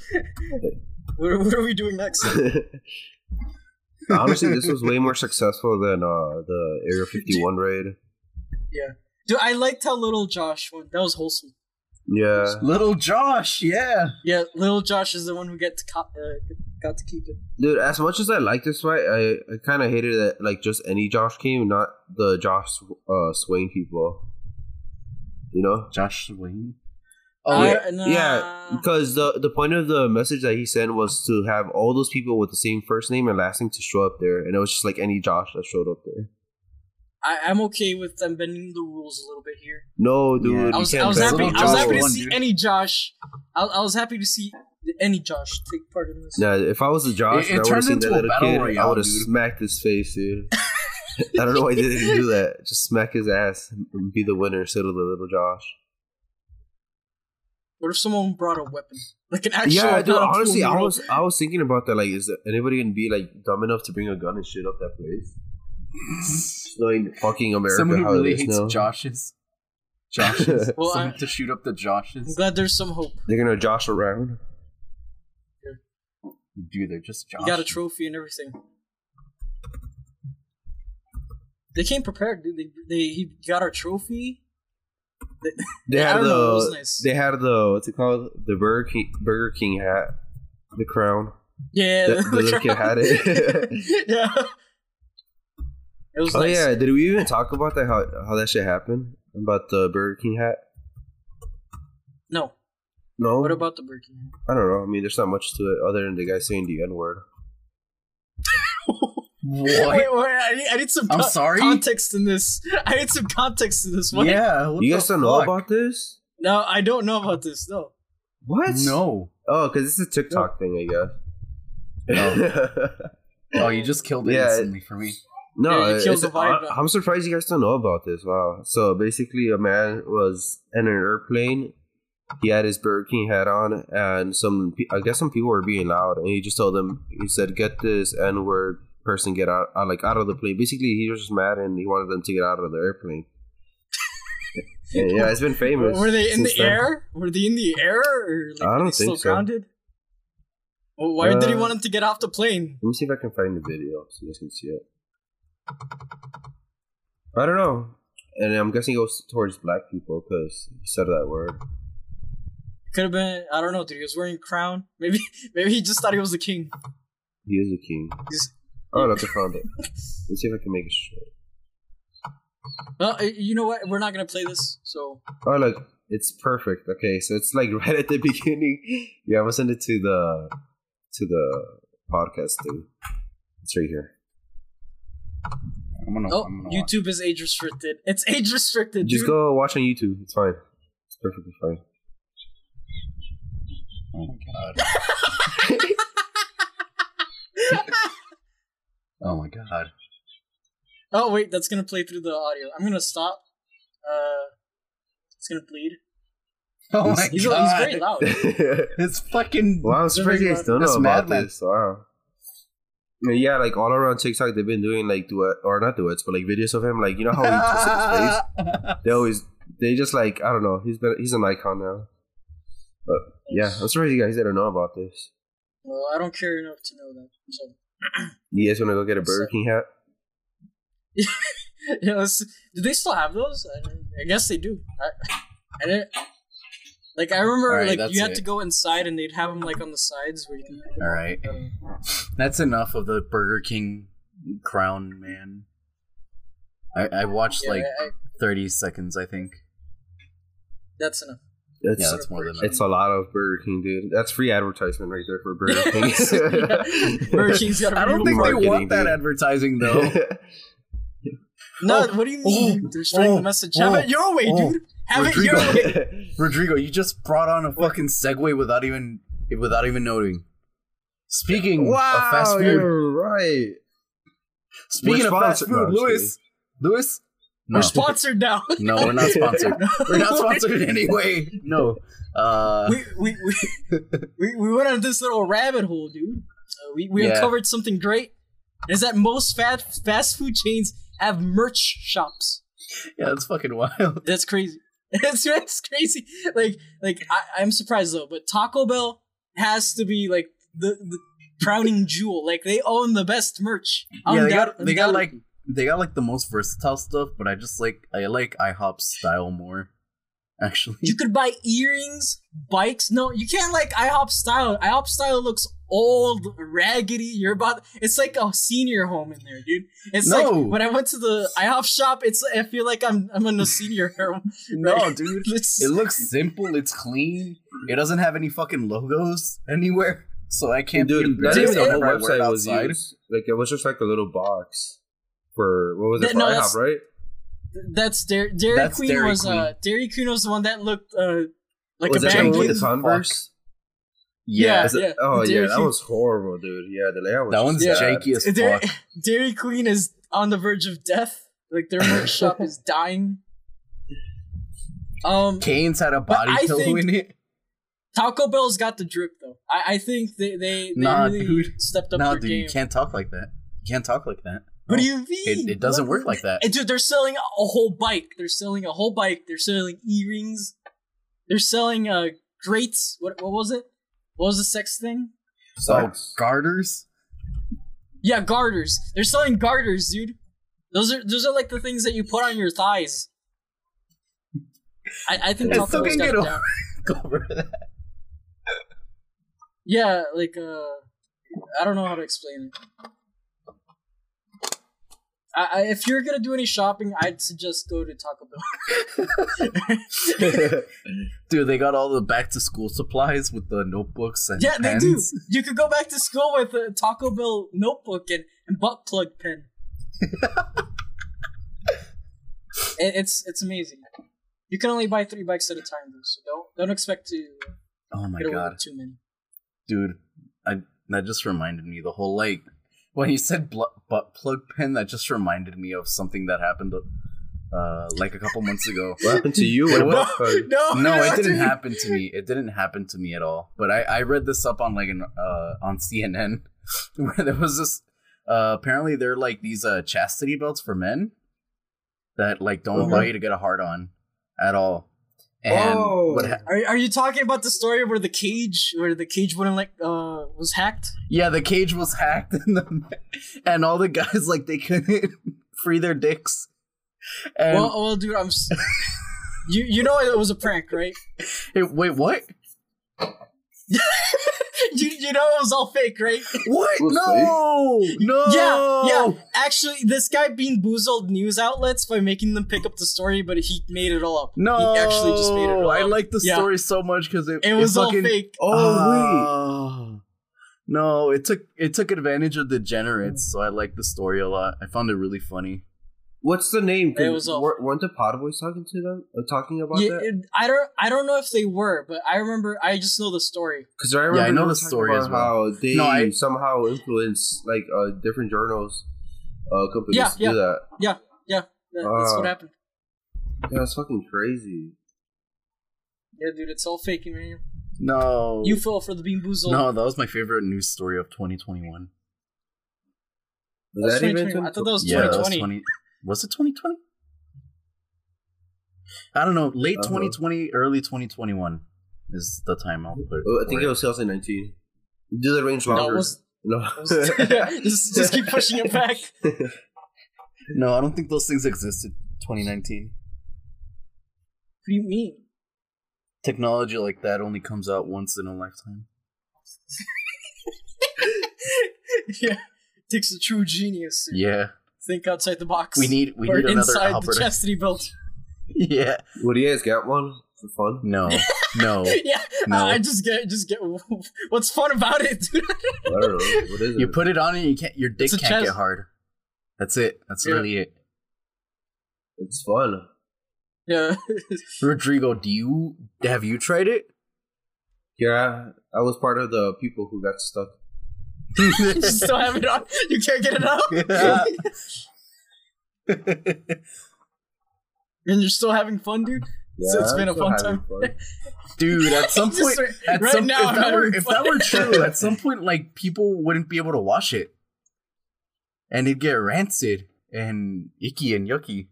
[SPEAKER 3] what, are- what are we doing next?
[SPEAKER 2] [laughs] Honestly, this was way more successful than uh, the Area 51 raid.
[SPEAKER 3] Dude, I liked how little Josh went. That was wholesome.
[SPEAKER 2] Yeah.
[SPEAKER 1] Little Josh, yeah.
[SPEAKER 3] Yeah, little Josh is the one who get to co- uh, got to keep it.
[SPEAKER 2] Dude, as much as I like this fight, I, I kind of hated that, like, just any Josh came, not the Josh uh, Swain people. You know?
[SPEAKER 1] Josh Swain.
[SPEAKER 2] Oh,
[SPEAKER 3] I-
[SPEAKER 2] yeah.
[SPEAKER 3] nah.
[SPEAKER 2] Yeah, because the, the point of the message that he sent was to have all those people with the same first name and last name to show up there, and it was just like any Josh that showed up there.
[SPEAKER 3] I, I'm okay with them bending the rules a little bit here.
[SPEAKER 2] No, dude,
[SPEAKER 1] Yeah.
[SPEAKER 2] you
[SPEAKER 3] I was,
[SPEAKER 2] can't
[SPEAKER 3] I was
[SPEAKER 2] ban
[SPEAKER 3] happy.
[SPEAKER 1] Little
[SPEAKER 3] I was
[SPEAKER 1] Josh
[SPEAKER 3] happy to
[SPEAKER 1] won,
[SPEAKER 3] see
[SPEAKER 1] dude.
[SPEAKER 3] any Josh. I, I was happy to see any Josh take part in this.
[SPEAKER 2] Yeah, if I was a Josh,
[SPEAKER 1] It- it
[SPEAKER 2] and I would
[SPEAKER 1] turned
[SPEAKER 2] have seen
[SPEAKER 1] into
[SPEAKER 2] that
[SPEAKER 1] a
[SPEAKER 2] little
[SPEAKER 1] battle
[SPEAKER 2] kid. I
[SPEAKER 1] royale,
[SPEAKER 2] would have
[SPEAKER 1] dude.
[SPEAKER 2] smacked his
[SPEAKER 1] [laughs]
[SPEAKER 2] face, dude. I don't know why they didn't do that. Just smack his ass and be the winner instead of the little Josh.
[SPEAKER 3] What if someone brought a weapon, like an actual?
[SPEAKER 2] yeah, dude.
[SPEAKER 3] not a
[SPEAKER 2] Honestly, I
[SPEAKER 3] tool?
[SPEAKER 2] was I was thinking about that. Like, is anybody gonna be like dumb enough to bring a gun and shoot up that place?
[SPEAKER 1] [laughs]
[SPEAKER 2] Just Knowing fucking America,
[SPEAKER 1] Someone who
[SPEAKER 2] how
[SPEAKER 1] really
[SPEAKER 2] it is
[SPEAKER 1] hates
[SPEAKER 2] now, [laughs]
[SPEAKER 1] Joshes. Joshes.
[SPEAKER 3] Well,
[SPEAKER 1] Someone
[SPEAKER 3] I-
[SPEAKER 1] to shoot up the
[SPEAKER 3] I'm
[SPEAKER 1] Joshes.
[SPEAKER 3] glad there's some hope.
[SPEAKER 2] they're gonna Josh around.
[SPEAKER 1] Dude, they're just Josh.
[SPEAKER 3] You got a trophy and everything. They came prepared, dude. They they he got our trophy.
[SPEAKER 2] They
[SPEAKER 3] I
[SPEAKER 2] had
[SPEAKER 3] don't
[SPEAKER 2] the
[SPEAKER 3] know, it was nice.
[SPEAKER 2] they had the what's it called the Burger King Burger King hat, the crown.
[SPEAKER 3] Yeah,
[SPEAKER 2] The- the little kid had it.
[SPEAKER 3] [laughs] yeah. It was
[SPEAKER 2] Oh
[SPEAKER 3] nice.
[SPEAKER 2] yeah, did we even talk about that? How how that shit happened about the Burger King hat?
[SPEAKER 3] No.
[SPEAKER 2] No,
[SPEAKER 3] What about the breaking? [laughs]
[SPEAKER 2] I don't know. I mean, there's not much to it other than the guy saying the N word.
[SPEAKER 1] What?
[SPEAKER 3] [laughs] Wait, wait, I need, I need some
[SPEAKER 1] I'm
[SPEAKER 3] con-
[SPEAKER 1] sorry?
[SPEAKER 3] context in this. [laughs] I need some context in this one.
[SPEAKER 1] Yeah. what
[SPEAKER 2] You
[SPEAKER 1] the
[SPEAKER 2] guys don't know
[SPEAKER 1] fuck?
[SPEAKER 2] about this?
[SPEAKER 3] No, I don't know about this. No.
[SPEAKER 2] What?
[SPEAKER 1] No.
[SPEAKER 2] Oh, because it's a TikTok thing, I guess. [laughs]
[SPEAKER 1] Oh, you just killed it
[SPEAKER 2] Yeah.
[SPEAKER 1] instantly for me.
[SPEAKER 2] no,
[SPEAKER 3] Yeah, you killed
[SPEAKER 2] it's-
[SPEAKER 3] the vibe.
[SPEAKER 2] I, am surprised you guys don't know about this. Wow. So basically, a man was in an airplane. He had his Burger King hat on, and some pe- I guess some people were being loud, and he just told them. He said, "Get this N word person get out, uh, like out of the plane." Basically, he was just mad, and he wanted them to get out of the airplane. [laughs] And yeah, it's been famous.
[SPEAKER 3] Were they in
[SPEAKER 2] since
[SPEAKER 3] the
[SPEAKER 2] then.
[SPEAKER 3] air? Were they in the air? Or like,
[SPEAKER 2] I
[SPEAKER 3] were
[SPEAKER 2] don't
[SPEAKER 3] they still
[SPEAKER 2] think so.
[SPEAKER 3] grounded? Well, why did he
[SPEAKER 2] Uh,
[SPEAKER 3] want him to get off the plane?
[SPEAKER 2] Let me see if I can find the video so you guys can see it. I don't know. And I'm guessing it goes towards black people because he said that word.
[SPEAKER 3] Could have been. I don't know, dude. He was wearing a crown. [laughs] Maybe, maybe he just thought he was the king.
[SPEAKER 2] He is a king.
[SPEAKER 3] He's-
[SPEAKER 2] Oh, that's I found it. Let's see if I can make it short.
[SPEAKER 3] Uh, you know what? We're not gonna play this. So
[SPEAKER 2] Oh, look. It's perfect. Okay, so it's like [laughs] right at the beginning. Yeah, I'm gonna send it to the to the podcast thing. It's right here.
[SPEAKER 1] I'm gonna.
[SPEAKER 3] Oh,
[SPEAKER 1] I'm gonna watch.
[SPEAKER 3] YouTube is age restricted. [laughs] It's age restricted.
[SPEAKER 2] Just
[SPEAKER 3] dude.
[SPEAKER 2] go watch on YouTube. It's fine. It's perfectly fine.
[SPEAKER 1] Oh my god.
[SPEAKER 3] [laughs]
[SPEAKER 1] Oh my god.
[SPEAKER 3] oh wait, that's gonna play through the audio. I'm gonna stop. Uh, it's gonna bleed.
[SPEAKER 1] Oh my
[SPEAKER 3] He's, he's
[SPEAKER 1] god.
[SPEAKER 3] very loud.
[SPEAKER 2] [laughs]
[SPEAKER 1] It's fucking.
[SPEAKER 2] wow, I'm surprised you guys don't know
[SPEAKER 1] That's
[SPEAKER 2] about
[SPEAKER 1] madman.
[SPEAKER 2] this. Wow. Yeah, Yeah, like all around TikTok, they've been doing like duet or not duets, but like videos of him. Like you know how he twisted his
[SPEAKER 1] [laughs]
[SPEAKER 2] face. They always they just like I don't know. He's been he's an icon now. But yeah, I'm surprised you guys didn't know about this.
[SPEAKER 3] Well, I don't care enough to know that. So [laughs]
[SPEAKER 2] You guys want to go get a Burger King hat?
[SPEAKER 3] yeah, let's- do they still have those? I, don't- I guess they do. I, I didn't. Like I remember,
[SPEAKER 1] Alright,
[SPEAKER 3] like
[SPEAKER 1] that's
[SPEAKER 3] you had
[SPEAKER 1] it.
[SPEAKER 3] to go inside, and they'd have them like on the sides where you can. Um,
[SPEAKER 1] All right, that's enough of the Burger King crown, man. I, I watched
[SPEAKER 3] Yeah,
[SPEAKER 1] like
[SPEAKER 3] I- I-
[SPEAKER 1] 30 seconds, I think.
[SPEAKER 3] that's enough.
[SPEAKER 2] It's
[SPEAKER 1] Yeah, that's more than
[SPEAKER 2] it's a lot of Burger King, dude. That's free advertisement right
[SPEAKER 1] [laughs]
[SPEAKER 2] there for Burger King.
[SPEAKER 3] Burger
[SPEAKER 2] [laughs]
[SPEAKER 3] King's got.
[SPEAKER 1] I don't think they
[SPEAKER 2] Marketing,
[SPEAKER 1] want that
[SPEAKER 2] dude.
[SPEAKER 1] advertising [laughs] though.
[SPEAKER 3] No,
[SPEAKER 1] Oh,
[SPEAKER 3] what do you mean?
[SPEAKER 1] oh,
[SPEAKER 3] They're spreading
[SPEAKER 1] oh,
[SPEAKER 3] the message. Have
[SPEAKER 1] oh,
[SPEAKER 3] it your way,
[SPEAKER 1] oh.
[SPEAKER 3] dude. Have it your
[SPEAKER 1] Rodrigo.
[SPEAKER 3] way.
[SPEAKER 1] Rodrigo, you just brought on a fucking segue without even without even noting. Speaking
[SPEAKER 2] wow,
[SPEAKER 1] of fast food,
[SPEAKER 2] you're right.
[SPEAKER 1] speaking
[SPEAKER 2] We're
[SPEAKER 1] of fast
[SPEAKER 2] sponsored-
[SPEAKER 1] food,
[SPEAKER 2] no, I'm just
[SPEAKER 1] Louis, Louis, no,
[SPEAKER 3] We're sponsored now.
[SPEAKER 1] no, we're not [laughs] sponsored. We're
[SPEAKER 3] [laughs]
[SPEAKER 1] not sponsored in any way. No, uh,
[SPEAKER 3] we, we, we,
[SPEAKER 1] [laughs]
[SPEAKER 3] we, we went on this little rabbit hole, dude. Uh, we we
[SPEAKER 1] Yeah.
[SPEAKER 3] uncovered something great. Is that most fast fast food chains have merch shops?
[SPEAKER 1] yeah, that's fucking wild. [laughs]
[SPEAKER 3] That's crazy. [laughs] That's that's crazy. Like like I, I'm surprised though, but Taco Bell has to be like the, the crowning jewel. Like they own the best merch.
[SPEAKER 1] Yeah, they got
[SPEAKER 3] Undoubt-
[SPEAKER 1] they got like
[SPEAKER 3] undoubtedly.
[SPEAKER 1] they got like the most versatile stuff, but I just like I like IHOP style more. Actually,
[SPEAKER 3] You could buy earrings, bikes. No, you can't like IHOP style. IHOP style looks old, raggedy. You're about. It's like a senior home in there, dude. It's
[SPEAKER 1] No.
[SPEAKER 3] like when I went to the IHOP shop. It's I feel like I'm I'm in a senior [laughs] home.
[SPEAKER 1] [laughs] no, dude.
[SPEAKER 3] It's-
[SPEAKER 1] It looks simple. It's clean. It doesn't have any fucking logos anywhere, so I can't be
[SPEAKER 2] Dude, that
[SPEAKER 1] embarrassed
[SPEAKER 2] is
[SPEAKER 3] Dude,
[SPEAKER 2] the
[SPEAKER 1] about
[SPEAKER 2] whole
[SPEAKER 1] what I wear
[SPEAKER 2] website was
[SPEAKER 1] outside.
[SPEAKER 2] used. Like it was just like a little box for what was it?
[SPEAKER 3] That-
[SPEAKER 2] for
[SPEAKER 3] no, that's-
[SPEAKER 2] IHOP, right?
[SPEAKER 3] That's Dairy, Dairy
[SPEAKER 1] That's
[SPEAKER 3] Queen
[SPEAKER 1] Dairy
[SPEAKER 3] was uh Dairy Queen was the one that looked uh like
[SPEAKER 2] was
[SPEAKER 3] a
[SPEAKER 2] it
[SPEAKER 1] bag
[SPEAKER 2] like
[SPEAKER 3] baggy.
[SPEAKER 1] with
[SPEAKER 2] with
[SPEAKER 1] the
[SPEAKER 2] the Converse?
[SPEAKER 3] Yeah,
[SPEAKER 1] Yeah,
[SPEAKER 2] Is it-
[SPEAKER 3] yeah.
[SPEAKER 2] Oh
[SPEAKER 3] Dairy
[SPEAKER 2] yeah, that
[SPEAKER 3] Queen.
[SPEAKER 2] was horrible, dude. Yeah, the layout was
[SPEAKER 1] that one's
[SPEAKER 3] Yeah.
[SPEAKER 1] janky as
[SPEAKER 3] Dairy,
[SPEAKER 1] fuck.
[SPEAKER 3] [laughs] Dairy Queen is on the verge of death. Like their
[SPEAKER 2] [laughs]
[SPEAKER 3] merch shop is dying. Um,
[SPEAKER 1] Kane's had a
[SPEAKER 3] But
[SPEAKER 1] body
[SPEAKER 3] I
[SPEAKER 1] pillow
[SPEAKER 3] think-
[SPEAKER 1] in it.
[SPEAKER 3] Taco Bell's got the drip though. I, I think they they, they
[SPEAKER 1] Nah,
[SPEAKER 3] really
[SPEAKER 1] dude.
[SPEAKER 3] stepped up
[SPEAKER 1] No,
[SPEAKER 3] their
[SPEAKER 1] dude,
[SPEAKER 3] game.
[SPEAKER 1] you can't talk like that. You can't talk like that.
[SPEAKER 3] What
[SPEAKER 1] No.
[SPEAKER 3] do you
[SPEAKER 1] It,
[SPEAKER 3] mean?
[SPEAKER 1] it doesn't work like that.
[SPEAKER 3] And dude, they're selling a whole bike. They're selling a whole bike. They're selling earrings. They're selling uh grates. What what was it? What was the sex thing?
[SPEAKER 1] So
[SPEAKER 2] Sucks.
[SPEAKER 1] garters. [laughs]
[SPEAKER 3] Yeah, garters. They're selling garters, dude. Those are those are like the things that you put on your thighs. I, I think
[SPEAKER 1] I
[SPEAKER 3] Taco
[SPEAKER 1] still
[SPEAKER 3] Bell's
[SPEAKER 1] can't get
[SPEAKER 3] got it
[SPEAKER 1] over,
[SPEAKER 3] down.
[SPEAKER 1] go over that.
[SPEAKER 3] Yeah, like uh, I don't know how to explain it. I, I, if you're gonna do any shopping, I'd suggest go to Taco Bell. [laughs]
[SPEAKER 1] Dude, they got all the back to school supplies with the notebooks and
[SPEAKER 3] yeah, they
[SPEAKER 1] pens.
[SPEAKER 3] do. You could go back to school with a Taco Bell notebook and, and butt plug pen.
[SPEAKER 1] [laughs]
[SPEAKER 3] it, it's it's amazing. You can only buy three bikes at a time, though, so don't don't expect to
[SPEAKER 1] Oh my
[SPEAKER 3] get away
[SPEAKER 1] god,
[SPEAKER 3] with too many.
[SPEAKER 1] dude! I that just reminded me the whole like when you said bl- butt plug pen. That just reminded me of something that happened uh like a couple months ago.
[SPEAKER 2] [laughs] what happened to you? What
[SPEAKER 1] No,
[SPEAKER 2] about the-
[SPEAKER 3] Oh,
[SPEAKER 1] no, it didn't happen to me. It didn't happen to me at all. But I, I read this up on like an uh, on CNN [laughs] where there was this. Uh, apparently, they're like these uh, chastity belts for men that like don't allow
[SPEAKER 3] Okay.
[SPEAKER 1] you to get a hard on at all. And
[SPEAKER 2] Oh.
[SPEAKER 1] what ha-
[SPEAKER 3] Are, are you talking about the story where the cage where the cage wouldn't like uh was hacked?
[SPEAKER 1] yeah, the cage was hacked [laughs] and the and all the guys [laughs] like they couldn't free their dicks. And
[SPEAKER 3] well, well, dude, I'm. s- you you know it was a prank, right?
[SPEAKER 1] Hey, wait, what?
[SPEAKER 3] [laughs]
[SPEAKER 1] [laughs]
[SPEAKER 3] You you know it was all fake, right?
[SPEAKER 1] What?
[SPEAKER 2] We'll
[SPEAKER 1] no, no.
[SPEAKER 3] Yeah, yeah. Actually, this guy being boozled news outlets by making them pick up the story, but he made it all up.
[SPEAKER 1] No,
[SPEAKER 3] he actually just made it all
[SPEAKER 1] I
[SPEAKER 3] up.
[SPEAKER 1] like the
[SPEAKER 3] Yeah.
[SPEAKER 1] story so much because it,
[SPEAKER 3] it was all
[SPEAKER 1] fucking-
[SPEAKER 3] fake.
[SPEAKER 2] Oh
[SPEAKER 1] Ah. No, it took it took advantage of degenerates, so I like the story a lot. I found it really funny.
[SPEAKER 2] what's the name?
[SPEAKER 3] It was all-
[SPEAKER 2] wer- weren't the Podboys talking to them? Uh, talking about
[SPEAKER 3] Yeah,
[SPEAKER 2] that?
[SPEAKER 3] it- I don't I don't know if they were, but I remember I just know the story.
[SPEAKER 2] Because I remember
[SPEAKER 1] I know
[SPEAKER 2] they
[SPEAKER 1] the
[SPEAKER 2] were talking
[SPEAKER 1] story
[SPEAKER 2] about
[SPEAKER 1] as well.
[SPEAKER 2] How they
[SPEAKER 1] No, I-
[SPEAKER 2] somehow influence like uh, different journals, uh, companies
[SPEAKER 3] Yeah,
[SPEAKER 2] to
[SPEAKER 3] yeah.
[SPEAKER 2] do that.
[SPEAKER 3] That, that's
[SPEAKER 2] Ah.
[SPEAKER 3] what happened.
[SPEAKER 2] Yeah, That's fucking crazy.
[SPEAKER 3] Yeah, dude, it's all fake, man.
[SPEAKER 1] No,
[SPEAKER 3] You fell for the bean boozled.
[SPEAKER 1] no, that was my favorite news story of 2021.
[SPEAKER 2] Was
[SPEAKER 3] That's
[SPEAKER 2] that even?
[SPEAKER 3] 2021. I
[SPEAKER 2] 2020?
[SPEAKER 3] thought that was
[SPEAKER 1] Yeah, that was
[SPEAKER 3] 2020.
[SPEAKER 1] 20 Was it 2020? I don't know. Late
[SPEAKER 2] Uh-huh.
[SPEAKER 1] 2020, early 2021 is the time I'll put.
[SPEAKER 2] Oh, I think
[SPEAKER 1] for
[SPEAKER 2] it was 2019. Do the range
[SPEAKER 3] No,
[SPEAKER 2] longer.
[SPEAKER 3] it was,
[SPEAKER 2] No.
[SPEAKER 3] it
[SPEAKER 2] [laughs]
[SPEAKER 3] was- [laughs] just, just keep pushing it back.
[SPEAKER 1] No, I don't think those things existed. 2019
[SPEAKER 3] What do you mean?
[SPEAKER 1] technology like that only comes out once in a lifetime.
[SPEAKER 3] [laughs] yeah, it takes a true genius to
[SPEAKER 1] Yeah,
[SPEAKER 3] think outside the box.
[SPEAKER 1] we need we
[SPEAKER 3] or
[SPEAKER 1] need another
[SPEAKER 3] inside the
[SPEAKER 1] Albert.
[SPEAKER 3] chastity belt.
[SPEAKER 1] [laughs] Yeah,
[SPEAKER 2] Would you guys get one for fun?
[SPEAKER 1] no,
[SPEAKER 3] [laughs]
[SPEAKER 1] no.
[SPEAKER 3] yeah,
[SPEAKER 1] No.
[SPEAKER 3] I just get just get what's fun about it, dude. [laughs]
[SPEAKER 2] I don't know. What is it?
[SPEAKER 1] You put it on and you can't. Your dick
[SPEAKER 3] It's a
[SPEAKER 1] can't
[SPEAKER 3] chest-
[SPEAKER 1] get hard. That's it. That's
[SPEAKER 3] Yeah.
[SPEAKER 1] really it.
[SPEAKER 2] it's fun.
[SPEAKER 3] yeah,
[SPEAKER 1] Rodrigo, do you have you tried [laughs]
[SPEAKER 3] [laughs]
[SPEAKER 1] it?
[SPEAKER 2] Yeah, I was part of the people who got stuck.
[SPEAKER 3] you still have it on. You can't get it out,
[SPEAKER 1] Yeah.
[SPEAKER 3] [laughs] and you're still having fun, dude.
[SPEAKER 2] Yeah,
[SPEAKER 3] So it's been
[SPEAKER 2] I'm
[SPEAKER 3] a
[SPEAKER 2] still
[SPEAKER 3] fun
[SPEAKER 2] having
[SPEAKER 3] time. [laughs]
[SPEAKER 2] fun.
[SPEAKER 1] Dude, at some
[SPEAKER 3] Just
[SPEAKER 1] point,
[SPEAKER 3] right-
[SPEAKER 1] at
[SPEAKER 3] right
[SPEAKER 1] some,
[SPEAKER 3] now,
[SPEAKER 1] if,
[SPEAKER 3] I'm
[SPEAKER 1] that were,
[SPEAKER 3] having
[SPEAKER 1] if
[SPEAKER 3] fun.
[SPEAKER 1] that were true, at some point, like people wouldn't be able to wash it, and it'd get rancid and icky and yucky.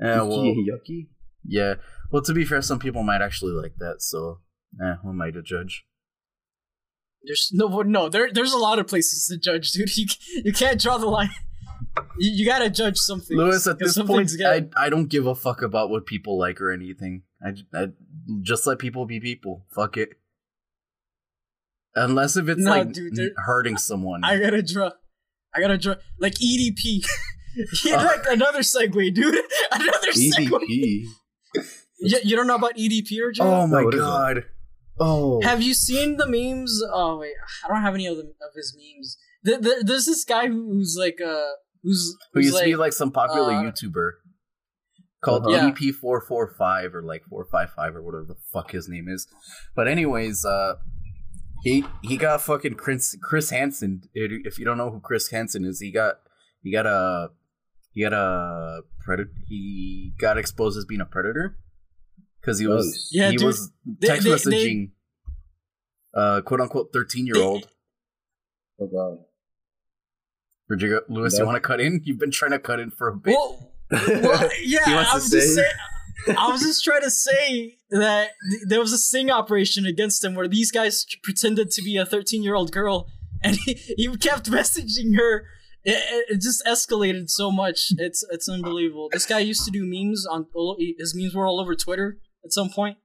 [SPEAKER 1] Yeah, well,
[SPEAKER 2] Yucky,
[SPEAKER 3] [laughs]
[SPEAKER 2] yucky.
[SPEAKER 1] yeah. Well, to be fair, some people might actually like that, so eh, who am I to judge?
[SPEAKER 3] There's no one- no. There, there's a lot of places to judge, dude. [laughs] You, c- you can't draw the line. You, you gotta judge something.
[SPEAKER 1] Lewis, at this point, I, I don't give a fuck about what people like or anything. I, j- I- just let people be people. Fuck it. Unless if it's
[SPEAKER 3] No,
[SPEAKER 1] like
[SPEAKER 3] dude,
[SPEAKER 1] n-
[SPEAKER 3] there-
[SPEAKER 1] hurting someone.
[SPEAKER 3] I gotta draw. I gotta draw like EDP. [laughs] yeah,
[SPEAKER 1] Uh.
[SPEAKER 3] like another segue, dude. [laughs] Another
[SPEAKER 1] E
[SPEAKER 3] segue.
[SPEAKER 2] EDP.
[SPEAKER 3] You, you don't know about E EDP or
[SPEAKER 1] oh my
[SPEAKER 2] what is it?
[SPEAKER 1] god. Oh.
[SPEAKER 3] Have you seen the memes? Oh wait, I don't have any of them of his memes. Th th there's this guy who, who's like uh who's
[SPEAKER 1] Who
[SPEAKER 3] who's
[SPEAKER 1] used to be
[SPEAKER 3] like,
[SPEAKER 1] like some popular
[SPEAKER 3] uh, Uh-huh.
[SPEAKER 1] YouTuber called
[SPEAKER 3] Yeah.
[SPEAKER 1] EDP four four five or like four five five or whatever the fuck his name is. But anyways, uh, he he got fucking Chris Chris Hansen. If if you don't know who Chris Hansen is, he got he got a he got a predator. He got exposed as being a predator because he was
[SPEAKER 2] Nice.
[SPEAKER 3] Yeah,
[SPEAKER 1] he
[SPEAKER 3] dude.
[SPEAKER 1] was
[SPEAKER 3] They-
[SPEAKER 1] text
[SPEAKER 3] they- they-
[SPEAKER 1] messaging uh quote unquote thirteen year old.
[SPEAKER 2] Oh god.
[SPEAKER 1] Rodrigo Lewis, you
[SPEAKER 2] That-
[SPEAKER 1] want to cut in? You've been trying to cut in for a bit.
[SPEAKER 3] well, well, yeah.
[SPEAKER 2] [laughs] He wants
[SPEAKER 3] I
[SPEAKER 2] to
[SPEAKER 3] was just
[SPEAKER 2] say-
[SPEAKER 3] saying. I was just trying to say that th- there was a sting operation against him where these guys t- pretended to be a 13 year old girl [laughs] and he, he kept messaging her. It, it- it just escalated so much. It's it's unbelievable. This guy used to do memes on all- his memes were all over Twitter at some point.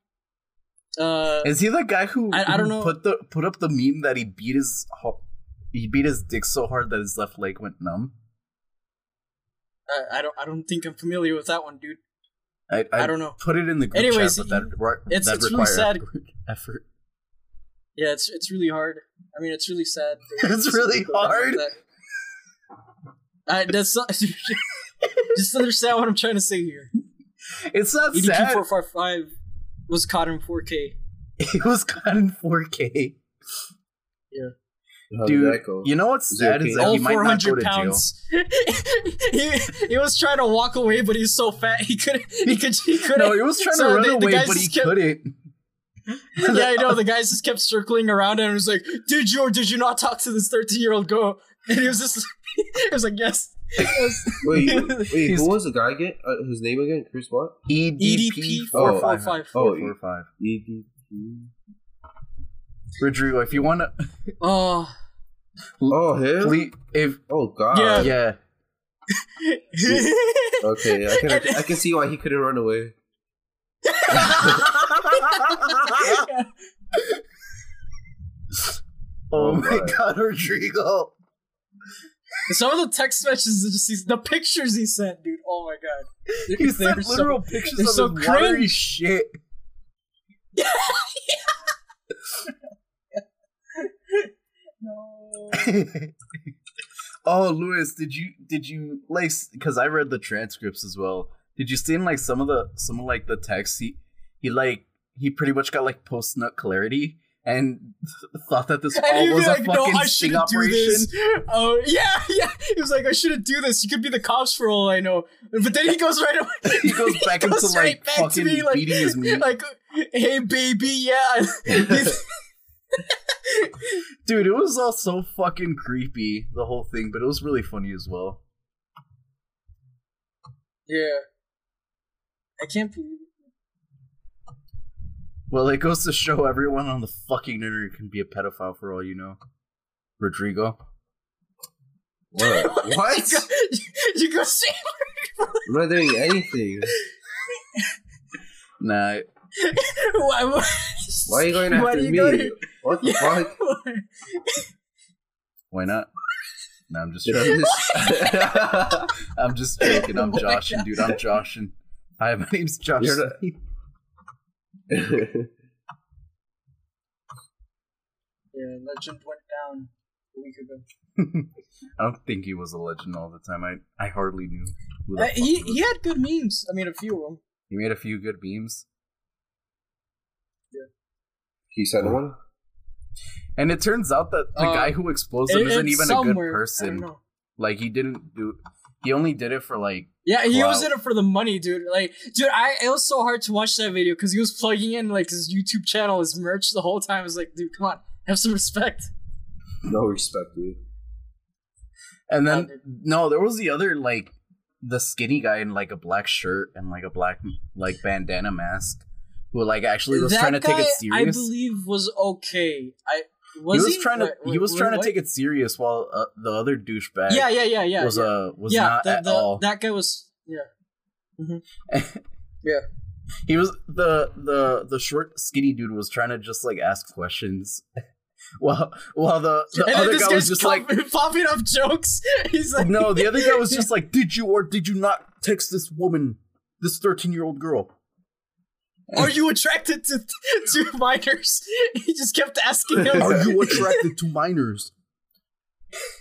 [SPEAKER 3] Uh,
[SPEAKER 1] Is he the guy who,
[SPEAKER 3] I- I don't
[SPEAKER 1] who
[SPEAKER 3] know.
[SPEAKER 1] put the put up the meme that he beat his ho- he beat his dick so hard that his left leg went numb?
[SPEAKER 3] I, I don't I don't think I'm familiar with that one, dude.
[SPEAKER 1] I, I,
[SPEAKER 3] I don't know.
[SPEAKER 1] put it in the group
[SPEAKER 3] Anyways,
[SPEAKER 1] chat, but that, re-
[SPEAKER 3] it's-
[SPEAKER 1] that
[SPEAKER 3] it's really
[SPEAKER 1] required
[SPEAKER 3] sad.
[SPEAKER 1] [laughs] effort.
[SPEAKER 3] Yeah, it's it's really hard. I mean, it's
[SPEAKER 2] [laughs]
[SPEAKER 3] really sad. that
[SPEAKER 1] It's
[SPEAKER 3] it's
[SPEAKER 1] really
[SPEAKER 3] going on
[SPEAKER 1] hard.
[SPEAKER 3] like that. I, that's not. [laughs] just understand what I'm trying to say here.
[SPEAKER 1] It's not
[SPEAKER 3] EDP
[SPEAKER 1] sad.
[SPEAKER 3] four four five was caught in 4K.
[SPEAKER 1] [laughs] It was caught in 4K,
[SPEAKER 2] How did
[SPEAKER 1] dude.
[SPEAKER 2] that go?
[SPEAKER 1] You know what's
[SPEAKER 2] Is it
[SPEAKER 1] sad
[SPEAKER 2] okay?
[SPEAKER 1] is that
[SPEAKER 3] All
[SPEAKER 1] he might not go
[SPEAKER 3] 400
[SPEAKER 1] to jail.
[SPEAKER 3] pounds. [laughs] he, he was trying to walk away, but he's so fat he couldn't. He could. He couldn't.
[SPEAKER 1] No, he was trying
[SPEAKER 3] [laughs] So
[SPEAKER 1] to run
[SPEAKER 3] the- the
[SPEAKER 1] away,
[SPEAKER 3] guys
[SPEAKER 1] but he
[SPEAKER 3] just kept-
[SPEAKER 1] couldn't.
[SPEAKER 3] [laughs]
[SPEAKER 1] [laughs]
[SPEAKER 3] yeah, I know. The guys just kept circling around [laughs] and was like, "Did you or did you not talk to this thirteen-year-old girl?" And he was just, he was like, "Yes." [laughs]
[SPEAKER 2] Wait, you- wait,
[SPEAKER 1] He's-
[SPEAKER 2] who was the guy again? Uh, his name again? Chris what?
[SPEAKER 3] E
[SPEAKER 1] EDP E four five
[SPEAKER 2] Oh, E
[SPEAKER 3] EDP445.
[SPEAKER 1] four four five.
[SPEAKER 2] EDP.
[SPEAKER 1] Rodrigo, if you want to, [laughs]
[SPEAKER 3] oh.
[SPEAKER 2] Oh, him?
[SPEAKER 1] please, if
[SPEAKER 2] Oh God.
[SPEAKER 3] Yeah.
[SPEAKER 1] yeah,
[SPEAKER 2] Okay, I can
[SPEAKER 3] [laughs]
[SPEAKER 2] I can see why he couldn't run away.
[SPEAKER 1] [laughs] oh,
[SPEAKER 2] Oh
[SPEAKER 1] my
[SPEAKER 2] my.
[SPEAKER 1] god, Rodrigo,
[SPEAKER 3] Some of the text messages, that just these, the pictures he sent, dude. Oh my god. They're-
[SPEAKER 1] he sent
[SPEAKER 3] they're so-
[SPEAKER 1] literal pictures
[SPEAKER 3] they're
[SPEAKER 1] of
[SPEAKER 3] so
[SPEAKER 1] his watery
[SPEAKER 3] cringe.
[SPEAKER 1] shit.
[SPEAKER 3] [laughs]
[SPEAKER 1] [laughs]
[SPEAKER 3] No.
[SPEAKER 1] oh, Lewis, did you did you like? Because I read the transcripts as well. Did you see in like some of the some of like the text he he like he pretty much got like post nut clarity and th- thought that this all
[SPEAKER 3] And
[SPEAKER 1] Oh,
[SPEAKER 3] he'd be
[SPEAKER 1] was
[SPEAKER 3] like,
[SPEAKER 1] a
[SPEAKER 3] no,
[SPEAKER 1] fucking
[SPEAKER 3] I
[SPEAKER 1] sting
[SPEAKER 3] shouldn't do this.
[SPEAKER 1] operation.
[SPEAKER 3] Oh, yeah, [laughs] yeah. He was like, I shouldn't do this. You could be the cops for all I know. But then he goes right away.
[SPEAKER 1] [laughs] he goes
[SPEAKER 3] [laughs]
[SPEAKER 1] back
[SPEAKER 3] goes
[SPEAKER 1] into
[SPEAKER 3] straight
[SPEAKER 1] like
[SPEAKER 3] back to
[SPEAKER 1] fucking
[SPEAKER 3] me, like-
[SPEAKER 1] beating his meat.
[SPEAKER 3] like, hey,
[SPEAKER 1] [laughs]
[SPEAKER 3] baby, yeah. He's-
[SPEAKER 1] Dude, it was all so fucking creepy, the whole thing, but it was really funny as well.
[SPEAKER 3] yeah. I can't believe it.
[SPEAKER 1] Well, it goes to show everyone on the fucking internet can be a pedophile for all you know. Rodrigo.
[SPEAKER 2] What?
[SPEAKER 3] [laughs]
[SPEAKER 2] what?
[SPEAKER 3] You go [laughs] see
[SPEAKER 2] I'm not doing anything.
[SPEAKER 1] Nah,
[SPEAKER 3] why, why,
[SPEAKER 2] Why are you going
[SPEAKER 3] Why
[SPEAKER 2] after
[SPEAKER 3] do you
[SPEAKER 2] me?
[SPEAKER 3] go to- [laughs]
[SPEAKER 2] What the fuck?
[SPEAKER 1] why not? Nah, I'm just
[SPEAKER 2] Did I
[SPEAKER 3] [laughs]
[SPEAKER 1] joking.
[SPEAKER 2] [laughs] miss-
[SPEAKER 1] I'm just joking. I'm
[SPEAKER 3] Why
[SPEAKER 1] Joshing, dude. I'm Joshing. Hi, my name's Josh.
[SPEAKER 2] You're not-
[SPEAKER 3] Yeah, legend went down a week ago.
[SPEAKER 1] [laughs] I don't think he was a legend all the time. I, I hardly knew. Who the
[SPEAKER 3] Uh,
[SPEAKER 1] fuck
[SPEAKER 3] he,
[SPEAKER 1] was.
[SPEAKER 3] he had good memes. I mean, a few of them.
[SPEAKER 1] He made a few good memes.
[SPEAKER 2] he said one.
[SPEAKER 1] And it turns out that the
[SPEAKER 3] Uh,
[SPEAKER 1] guy who exposed him
[SPEAKER 3] It-
[SPEAKER 1] isn't
[SPEAKER 3] it's
[SPEAKER 1] even a
[SPEAKER 3] somewhere.
[SPEAKER 1] good
[SPEAKER 3] I don't
[SPEAKER 1] person.
[SPEAKER 3] know.
[SPEAKER 1] Like he didn't do. He only did it for like.
[SPEAKER 3] Yeah, he
[SPEAKER 1] Wow.
[SPEAKER 3] was in it for the money, dude. Like, dude, I it was so hard to watch that video because he was plugging in like his YouTube channel, his merch the whole time. I was like, dude, come on, have some respect.
[SPEAKER 2] No respect, dude.
[SPEAKER 1] And then
[SPEAKER 3] Other-
[SPEAKER 1] no, there was the other like the skinny guy in like a black shirt and like a black like bandana mask who like actually was
[SPEAKER 3] that
[SPEAKER 1] trying to take
[SPEAKER 3] guy,
[SPEAKER 1] it
[SPEAKER 3] I
[SPEAKER 1] serious.
[SPEAKER 3] believe was okay. I was
[SPEAKER 1] he was trying to
[SPEAKER 3] Wait,
[SPEAKER 1] he was
[SPEAKER 3] wait,
[SPEAKER 1] trying
[SPEAKER 3] what?
[SPEAKER 1] to take it serious while uh, the other douchebag
[SPEAKER 3] Yeah, yeah, yeah, yeah.
[SPEAKER 1] was
[SPEAKER 3] yeah.
[SPEAKER 1] uh was
[SPEAKER 3] yeah,
[SPEAKER 1] not
[SPEAKER 3] the-
[SPEAKER 1] at
[SPEAKER 3] the-
[SPEAKER 1] all.
[SPEAKER 3] That guy was yeah.
[SPEAKER 1] he was the the the short skinny dude was trying to just like ask questions. [laughs] While while the, the
[SPEAKER 3] and then
[SPEAKER 1] other
[SPEAKER 3] this
[SPEAKER 1] guy was
[SPEAKER 3] guy's
[SPEAKER 1] just like
[SPEAKER 3] pop- popping [laughs] up jokes. [laughs] He's like,
[SPEAKER 1] No, the other guy
[SPEAKER 3] [laughs]
[SPEAKER 1] was just like, "Did you or did you not text this woman, this thirteen-year-old girl?"
[SPEAKER 3] Are you attracted to to minors? He just kept asking him.
[SPEAKER 1] Are
[SPEAKER 3] [laughs]
[SPEAKER 1] you attracted to minors? [laughs]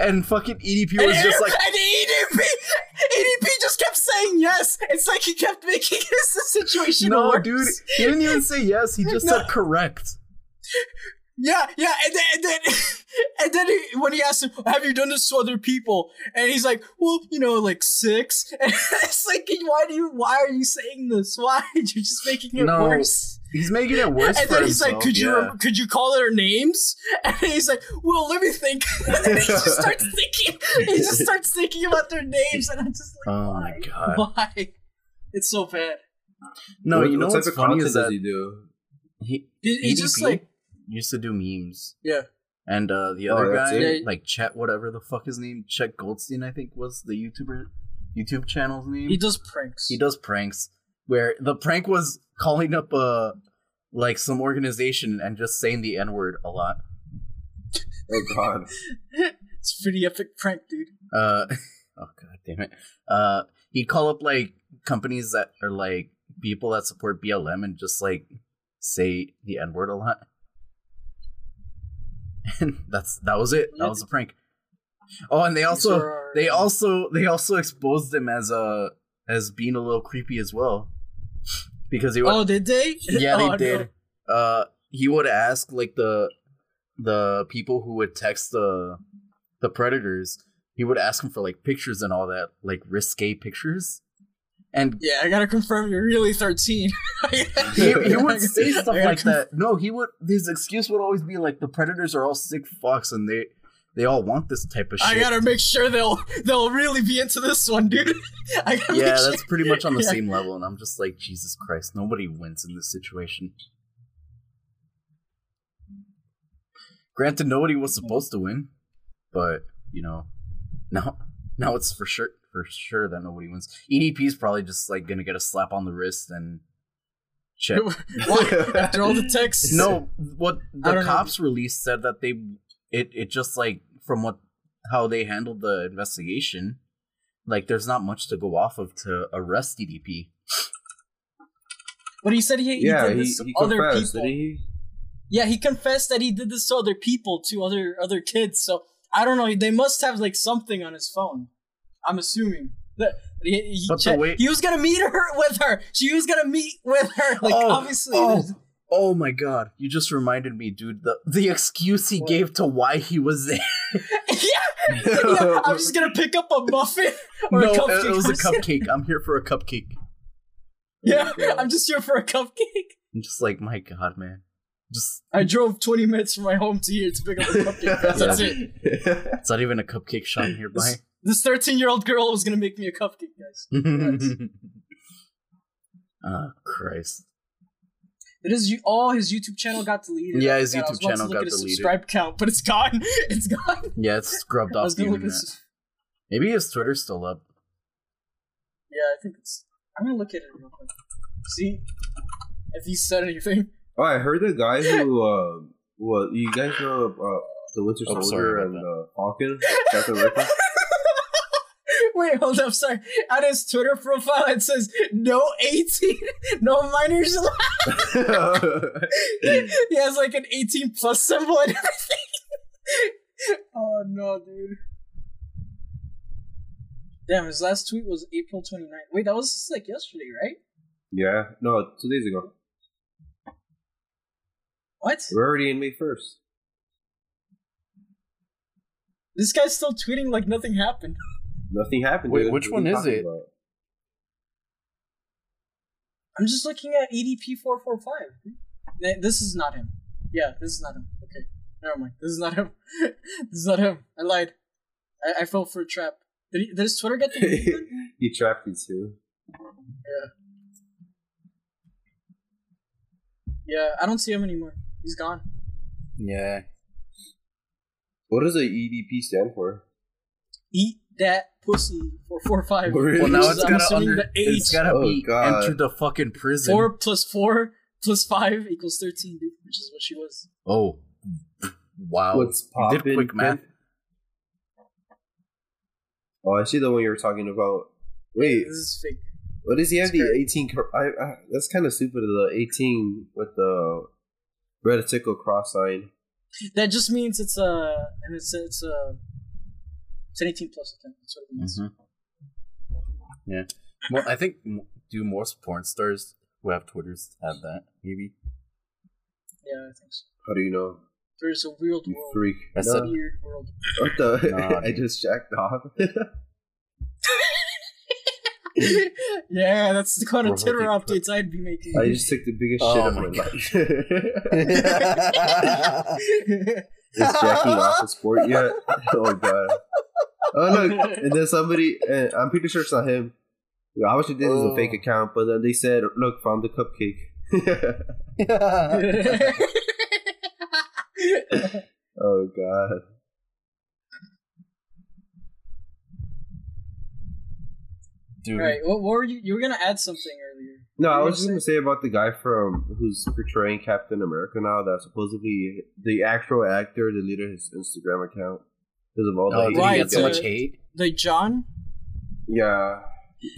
[SPEAKER 1] and fucking EDP was just like,
[SPEAKER 3] and E EDP, EDP E just kept saying yes. It's like he kept making [laughs] this the situation
[SPEAKER 1] "No,
[SPEAKER 3] worse.
[SPEAKER 1] dude." He didn't even say yes. He just
[SPEAKER 3] No.
[SPEAKER 1] said correct.
[SPEAKER 3] Yeah, yeah, and then and then, [laughs] and then he, when he asked him, "Have you done this to other people?" and he's like, "Well, you know, like six. [laughs] And it's like, why do you? Why are you saying this? Why are you just making it
[SPEAKER 1] No.
[SPEAKER 3] worse?
[SPEAKER 1] He's making it worse.
[SPEAKER 3] and
[SPEAKER 1] for
[SPEAKER 3] then he's like,
[SPEAKER 1] himself,
[SPEAKER 3] "Could you
[SPEAKER 1] yeah.
[SPEAKER 3] rem- could you call her names?" And he's like, "Well, let me think." [laughs] and then
[SPEAKER 1] [laughs]
[SPEAKER 3] he just starts thinking. He just starts thinking about their names, and I'm just like,
[SPEAKER 1] Oh my god!
[SPEAKER 3] "Why?" It's so bad.
[SPEAKER 1] No,
[SPEAKER 2] What-
[SPEAKER 1] you know
[SPEAKER 2] what
[SPEAKER 1] what's
[SPEAKER 2] type of
[SPEAKER 1] funny
[SPEAKER 2] content
[SPEAKER 1] is
[SPEAKER 2] does
[SPEAKER 1] that
[SPEAKER 2] he do?
[SPEAKER 1] he,
[SPEAKER 3] He, he just
[SPEAKER 1] EDP
[SPEAKER 3] like
[SPEAKER 1] used to do memes.
[SPEAKER 3] Yeah.
[SPEAKER 1] And uh, the
[SPEAKER 2] Oh,
[SPEAKER 1] other
[SPEAKER 2] that's
[SPEAKER 1] guy,
[SPEAKER 3] it?
[SPEAKER 1] like Chet, whatever the fuck his name, Chet Goldstein, I think was the YouTuber, YouTube channel's name.
[SPEAKER 3] he does pranks.
[SPEAKER 1] he does pranks where the prank was calling up uh like some organization and just saying the n word a lot
[SPEAKER 2] Oh
[SPEAKER 3] [laughs]
[SPEAKER 2] God.
[SPEAKER 3] It's pretty epic prank, dude.
[SPEAKER 1] uh [laughs] oh god damn it uh he'd call up like companies that are like people that support blm and just like say the n word a lot and [laughs] that's that was it that was a prank oh and they also
[SPEAKER 3] These are-
[SPEAKER 1] they also they also exposed him as uh, as being a little creepy as well because he would
[SPEAKER 3] Oh, did they?
[SPEAKER 1] yeah,
[SPEAKER 3] [laughs] Oh,
[SPEAKER 1] they
[SPEAKER 3] no.
[SPEAKER 1] did. Uh, he would ask like the the people who would text the the predators. He would ask them for like pictures and all that, like risque pictures. And
[SPEAKER 3] Yeah, I gotta confirm you're really [laughs] 13. [laughs]
[SPEAKER 1] he, he would say
[SPEAKER 3] I
[SPEAKER 1] stuff
[SPEAKER 3] gotta
[SPEAKER 1] like
[SPEAKER 3] conf-
[SPEAKER 1] that. No, he would. His excuse would always be like, "The predators are all sick fucks, and they They all want this type of shit.
[SPEAKER 3] I gotta make sure they'll they'll really be into this one, dude. [laughs] I gotta
[SPEAKER 1] yeah,
[SPEAKER 3] make sure.
[SPEAKER 1] that's pretty much on the
[SPEAKER 3] [laughs] Yeah.
[SPEAKER 1] same level, and I'm just like, Jesus Christ, nobody wins in this situation. Granted, nobody was supposed to win, but you know, now now it's for sure for sure that nobody wins. EDP is probably just like gonna get a slap on the wrist and
[SPEAKER 3] [laughs]
[SPEAKER 1] shit.
[SPEAKER 3] Why?
[SPEAKER 2] [laughs]
[SPEAKER 3] After all the texts,
[SPEAKER 1] no, what
[SPEAKER 3] I
[SPEAKER 1] the
[SPEAKER 3] don't know.
[SPEAKER 1] cops release said that they it it just like from what how they handled the investigation, like there's not much to go off of to arrest E EDP.
[SPEAKER 3] But he said he, he
[SPEAKER 2] yeah,
[SPEAKER 3] did
[SPEAKER 2] he,
[SPEAKER 3] this
[SPEAKER 2] he
[SPEAKER 3] to other
[SPEAKER 2] confessed.
[SPEAKER 3] people.
[SPEAKER 2] Did he?
[SPEAKER 3] Yeah, he confessed that he did this to other people, to other other kids. So I don't know. They must have like something on his phone. I'm assuming that he, he,
[SPEAKER 1] But the
[SPEAKER 3] checked-
[SPEAKER 1] way-
[SPEAKER 3] he was gonna meet her [laughs] with her. She was gonna meet with her. Like
[SPEAKER 1] Oh,
[SPEAKER 3] obviously,
[SPEAKER 1] oh.
[SPEAKER 3] there's-
[SPEAKER 1] Oh my god, you just reminded me, dude, the the excuse he
[SPEAKER 3] What?
[SPEAKER 1] gave to why he was there.
[SPEAKER 3] [laughs] yeah, [laughs] yeah.
[SPEAKER 2] [laughs]
[SPEAKER 3] I'm just gonna pick up a muffin [laughs] [laughs] or
[SPEAKER 1] no,
[SPEAKER 3] a
[SPEAKER 1] it-
[SPEAKER 3] cupcake.
[SPEAKER 1] it was
[SPEAKER 3] or
[SPEAKER 1] a
[SPEAKER 3] something.
[SPEAKER 1] cupcake. I'm here for a cupcake.
[SPEAKER 3] Yeah,
[SPEAKER 2] Yeah.
[SPEAKER 3] I'm just here for a cupcake.
[SPEAKER 1] I'm just like, my god, man. Just
[SPEAKER 3] I drove 20 minutes from my home to here to pick up
[SPEAKER 1] [laughs]
[SPEAKER 3] a cupcake. guys. That's it.
[SPEAKER 1] it's not even a cupcake shop nearby.
[SPEAKER 3] This 13 year old girl was gonna make me a cupcake, guys.
[SPEAKER 1] [laughs] oh Christ.
[SPEAKER 3] It is you. Oh, his YouTube channel got deleted.
[SPEAKER 1] Yeah,
[SPEAKER 3] I
[SPEAKER 1] his
[SPEAKER 3] forgot. I was
[SPEAKER 1] YouTube
[SPEAKER 3] about to
[SPEAKER 1] channel
[SPEAKER 3] look
[SPEAKER 1] got
[SPEAKER 3] at his
[SPEAKER 1] deleted.
[SPEAKER 3] Subscribe count, but it's gone. [laughs] It's gone.
[SPEAKER 1] Yeah, it's scrubbed
[SPEAKER 3] I
[SPEAKER 1] off
[SPEAKER 3] was
[SPEAKER 1] the
[SPEAKER 3] gonna look at.
[SPEAKER 1] internet.
[SPEAKER 3] His,
[SPEAKER 1] Maybe his Twitter's still up.
[SPEAKER 3] yeah, I think it's. I'm gonna look at it real quick. See if he said anything. [laughs]
[SPEAKER 2] Oh, I heard the guy who, uh, well, you guys know uh, the Winter
[SPEAKER 1] Oh, sorry
[SPEAKER 2] Soldier
[SPEAKER 1] about
[SPEAKER 2] and
[SPEAKER 1] that.
[SPEAKER 2] uh, Falcon, Captain America.
[SPEAKER 3] Wait, hold up. Sorry. On his Twitter profile, it says no 18, no minors allowed. [laughs] he has like an 18 plus symbol and everything. [laughs] oh no, dude. Damn, his last tweet was April 29th. Wait, that was just, like yesterday, right?
[SPEAKER 2] [laughs] yeah, no, two days ago.
[SPEAKER 3] What?
[SPEAKER 2] We're already in May first.
[SPEAKER 3] This guy's still tweeting like nothing happened. [laughs]
[SPEAKER 2] Nothing happened.
[SPEAKER 1] Wait,
[SPEAKER 2] dude.
[SPEAKER 1] which
[SPEAKER 2] What are
[SPEAKER 1] one
[SPEAKER 2] you
[SPEAKER 1] is
[SPEAKER 2] talking
[SPEAKER 1] it?
[SPEAKER 2] about?
[SPEAKER 3] I'm just looking at E EDP445. Nah, This is not him. Yeah, this is not him. Okay. Never mind. This is not him. [laughs] this is not him. I lied. I, I fell for a trap. Did, he, did his Twitter get
[SPEAKER 2] [laughs]
[SPEAKER 3] deleted?
[SPEAKER 2] he trapped you too.
[SPEAKER 3] yeah, I don't see him anymore. He's gone.
[SPEAKER 1] Yeah.
[SPEAKER 2] What does the EDP stand for?
[SPEAKER 3] eat that pussy for four five.
[SPEAKER 2] Really?
[SPEAKER 1] Well, now
[SPEAKER 3] Which
[SPEAKER 1] it's
[SPEAKER 3] is, I'm
[SPEAKER 1] gotta
[SPEAKER 3] assuming
[SPEAKER 1] under,
[SPEAKER 3] the age
[SPEAKER 1] it's gotta
[SPEAKER 2] Oh,
[SPEAKER 1] be
[SPEAKER 2] God.
[SPEAKER 1] enter the fucking prison.
[SPEAKER 3] four plus four plus five equals thirteen, dude, which is what she was.
[SPEAKER 1] Oh, wow!
[SPEAKER 2] What's
[SPEAKER 1] you
[SPEAKER 2] poppin'?
[SPEAKER 1] did quick math.
[SPEAKER 2] Oh, I see the one you were talking about. Wait,
[SPEAKER 3] This is fake.
[SPEAKER 2] what does he have
[SPEAKER 3] It's
[SPEAKER 2] the
[SPEAKER 3] great.
[SPEAKER 2] eighteen? cr- I, I, that's kind of stupid. The eighteen with the red tickle cross sign.
[SPEAKER 3] That just means it's a and it's a, it's a it's an eighteen plus I think. That's what it means.
[SPEAKER 1] Mhm. Yeah. Well, I think m- do most porn stars who have Twitters have that?
[SPEAKER 2] [laughs]
[SPEAKER 1] Maybe. [laughs]
[SPEAKER 3] Yeah, I think so.
[SPEAKER 2] How do you know?
[SPEAKER 3] There's a weird
[SPEAKER 2] You
[SPEAKER 3] world.
[SPEAKER 2] freak.
[SPEAKER 1] I
[SPEAKER 3] It's a
[SPEAKER 1] said-
[SPEAKER 2] No.
[SPEAKER 3] weird world. [laughs]
[SPEAKER 2] what the?
[SPEAKER 1] [laughs] Nah,
[SPEAKER 2] [laughs] I
[SPEAKER 1] dude.
[SPEAKER 2] just jacked off. [laughs]
[SPEAKER 3] yeah, that's the kind of
[SPEAKER 1] We're
[SPEAKER 3] Twitter
[SPEAKER 1] working-
[SPEAKER 3] updates I'd be making.
[SPEAKER 2] I
[SPEAKER 1] [laughs]
[SPEAKER 3] [laughs]
[SPEAKER 2] just took the biggest
[SPEAKER 1] Oh
[SPEAKER 2] shit of
[SPEAKER 1] my
[SPEAKER 2] my
[SPEAKER 1] God.
[SPEAKER 2] life. [laughs]
[SPEAKER 1] [laughs] That's
[SPEAKER 2] Is
[SPEAKER 3] [laughs]
[SPEAKER 2] jacking off [laughs] a sport yet? Oh god. Oh look, and then somebody, and I'm pretty sure it's not him. I wish it did was a
[SPEAKER 1] Oh.
[SPEAKER 2] fake account, but then they said, "Look, found the cupcake." [laughs] oh god.
[SPEAKER 1] Dude,
[SPEAKER 3] right. What, what were you? You were gonna add something earlier.
[SPEAKER 2] No, I
[SPEAKER 3] What were you
[SPEAKER 2] was just gonna say about the guy from who's portraying Captain America now. That supposedly the actual actor deleted his Instagram account because of all the
[SPEAKER 1] oh,
[SPEAKER 2] hate
[SPEAKER 1] did
[SPEAKER 2] he
[SPEAKER 1] he
[SPEAKER 3] Why,
[SPEAKER 1] get
[SPEAKER 2] was
[SPEAKER 3] it's
[SPEAKER 1] so
[SPEAKER 3] a-
[SPEAKER 2] getting.
[SPEAKER 1] much hate?
[SPEAKER 3] Like John,
[SPEAKER 2] Yeah,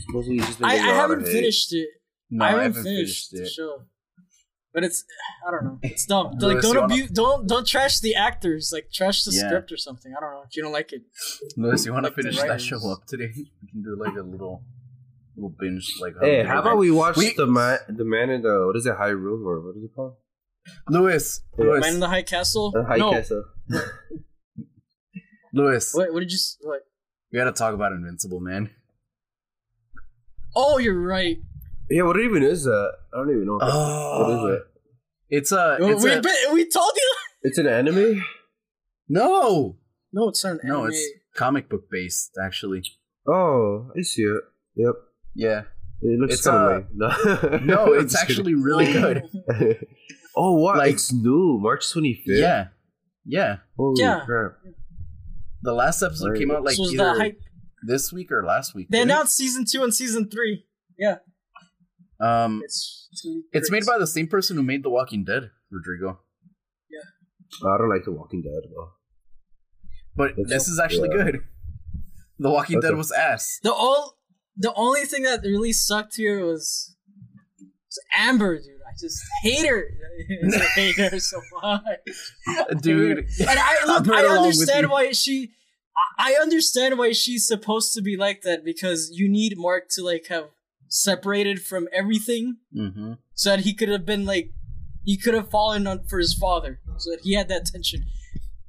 [SPEAKER 2] supposedly he's just been
[SPEAKER 3] I, I
[SPEAKER 2] getting a lot of
[SPEAKER 3] haven't
[SPEAKER 2] hate.
[SPEAKER 3] finished it.
[SPEAKER 1] No,
[SPEAKER 3] I, haven't finished, the show. But it's I don't know.
[SPEAKER 1] [laughs]
[SPEAKER 3] It's dumb.
[SPEAKER 1] Do
[SPEAKER 3] like
[SPEAKER 1] this,
[SPEAKER 3] don't
[SPEAKER 1] you wanna-
[SPEAKER 3] abuse don't don't trash the actors. Like trash the
[SPEAKER 1] Yeah.
[SPEAKER 3] script or something. I don't know. If you don't like it.
[SPEAKER 1] Lewis, you want to
[SPEAKER 3] Like the
[SPEAKER 1] finish that
[SPEAKER 3] writers.
[SPEAKER 1] show up today? We can do like a little, little binge. Like,
[SPEAKER 2] Hey,
[SPEAKER 1] holiday
[SPEAKER 2] how about
[SPEAKER 1] night.
[SPEAKER 2] we watch
[SPEAKER 1] We-
[SPEAKER 2] the man, the man in the what is it, High Room or what is it called?
[SPEAKER 1] Lewis,
[SPEAKER 2] Yeah.
[SPEAKER 1] Lewis,
[SPEAKER 3] Man in the High Castle?
[SPEAKER 2] The High
[SPEAKER 3] no.
[SPEAKER 2] Castle.
[SPEAKER 1] Lewis.
[SPEAKER 3] What what did you s- what?
[SPEAKER 1] We gotta talk about Invincible, man.
[SPEAKER 3] Oh you're right.
[SPEAKER 2] Yeah, what even is that? I don't even know. What, that-
[SPEAKER 1] Oh,
[SPEAKER 2] what is it?
[SPEAKER 1] Uh, It's a. It's
[SPEAKER 3] we,
[SPEAKER 1] a
[SPEAKER 3] but we told you
[SPEAKER 2] It's an anime.
[SPEAKER 1] no,
[SPEAKER 3] No, it's not an
[SPEAKER 1] No,
[SPEAKER 3] anime.
[SPEAKER 1] it's comic book based actually.
[SPEAKER 2] Oh, I see it. Yep. [laughs]
[SPEAKER 1] Yeah.
[SPEAKER 2] It looks
[SPEAKER 1] It's,
[SPEAKER 2] kind
[SPEAKER 1] uh,
[SPEAKER 2] of [laughs] lame.
[SPEAKER 1] No,
[SPEAKER 2] I'm
[SPEAKER 1] it's
[SPEAKER 2] just kidding.
[SPEAKER 1] actually really good.
[SPEAKER 2] [laughs]
[SPEAKER 3] [laughs]
[SPEAKER 2] oh, what?
[SPEAKER 1] Like-
[SPEAKER 2] it's new. March 25th?
[SPEAKER 1] Yeah. Yeah.
[SPEAKER 2] Holy
[SPEAKER 3] Yeah.
[SPEAKER 2] crap.
[SPEAKER 1] The last episode
[SPEAKER 2] Right.
[SPEAKER 1] came out like
[SPEAKER 3] so it's the
[SPEAKER 1] either
[SPEAKER 3] hype.
[SPEAKER 1] this week or last week.
[SPEAKER 3] They
[SPEAKER 1] didn't it?
[SPEAKER 3] announced season two and season three.
[SPEAKER 1] um
[SPEAKER 3] It's it's, gonna be
[SPEAKER 1] it's made
[SPEAKER 3] great.
[SPEAKER 1] by the same person who made The Walking Dead, Rodrigo.
[SPEAKER 2] I don't like The Walking Dead, though.
[SPEAKER 1] But
[SPEAKER 2] That's-
[SPEAKER 1] this is actually
[SPEAKER 2] yeah.
[SPEAKER 1] good. [laughs] The Walking
[SPEAKER 2] That's
[SPEAKER 1] Dead
[SPEAKER 2] a-
[SPEAKER 1] was
[SPEAKER 2] [laughs]
[SPEAKER 1] ass.
[SPEAKER 3] the all. The only thing that really sucked here was, was Amber, dude. I just hate her. [laughs] I hate her so much.
[SPEAKER 1] Dude, [laughs]
[SPEAKER 3] And I
[SPEAKER 1] I'm
[SPEAKER 3] look,
[SPEAKER 1] right
[SPEAKER 3] I
[SPEAKER 1] along with
[SPEAKER 3] understand
[SPEAKER 1] you.
[SPEAKER 3] why she. I- I understand why she's supposed to be like that because you need Mark to like have separated from everything
[SPEAKER 1] hmm
[SPEAKER 3] so that he could have been like he could have fallen on for his father so that he had that tension.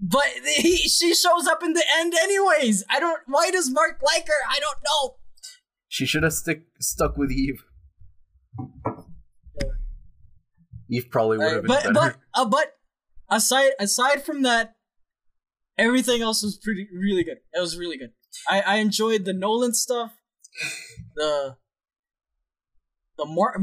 [SPEAKER 3] But he she shows up in the end anyways. I don't. Why does Mark like her? I don't know.
[SPEAKER 1] she should have stick stuck with Eve. Eve probably would have been
[SPEAKER 3] but
[SPEAKER 1] better.
[SPEAKER 3] but uh, but aside aside from that, everything else was pretty really good. It was really good. I I enjoyed the Nolan stuff. The the more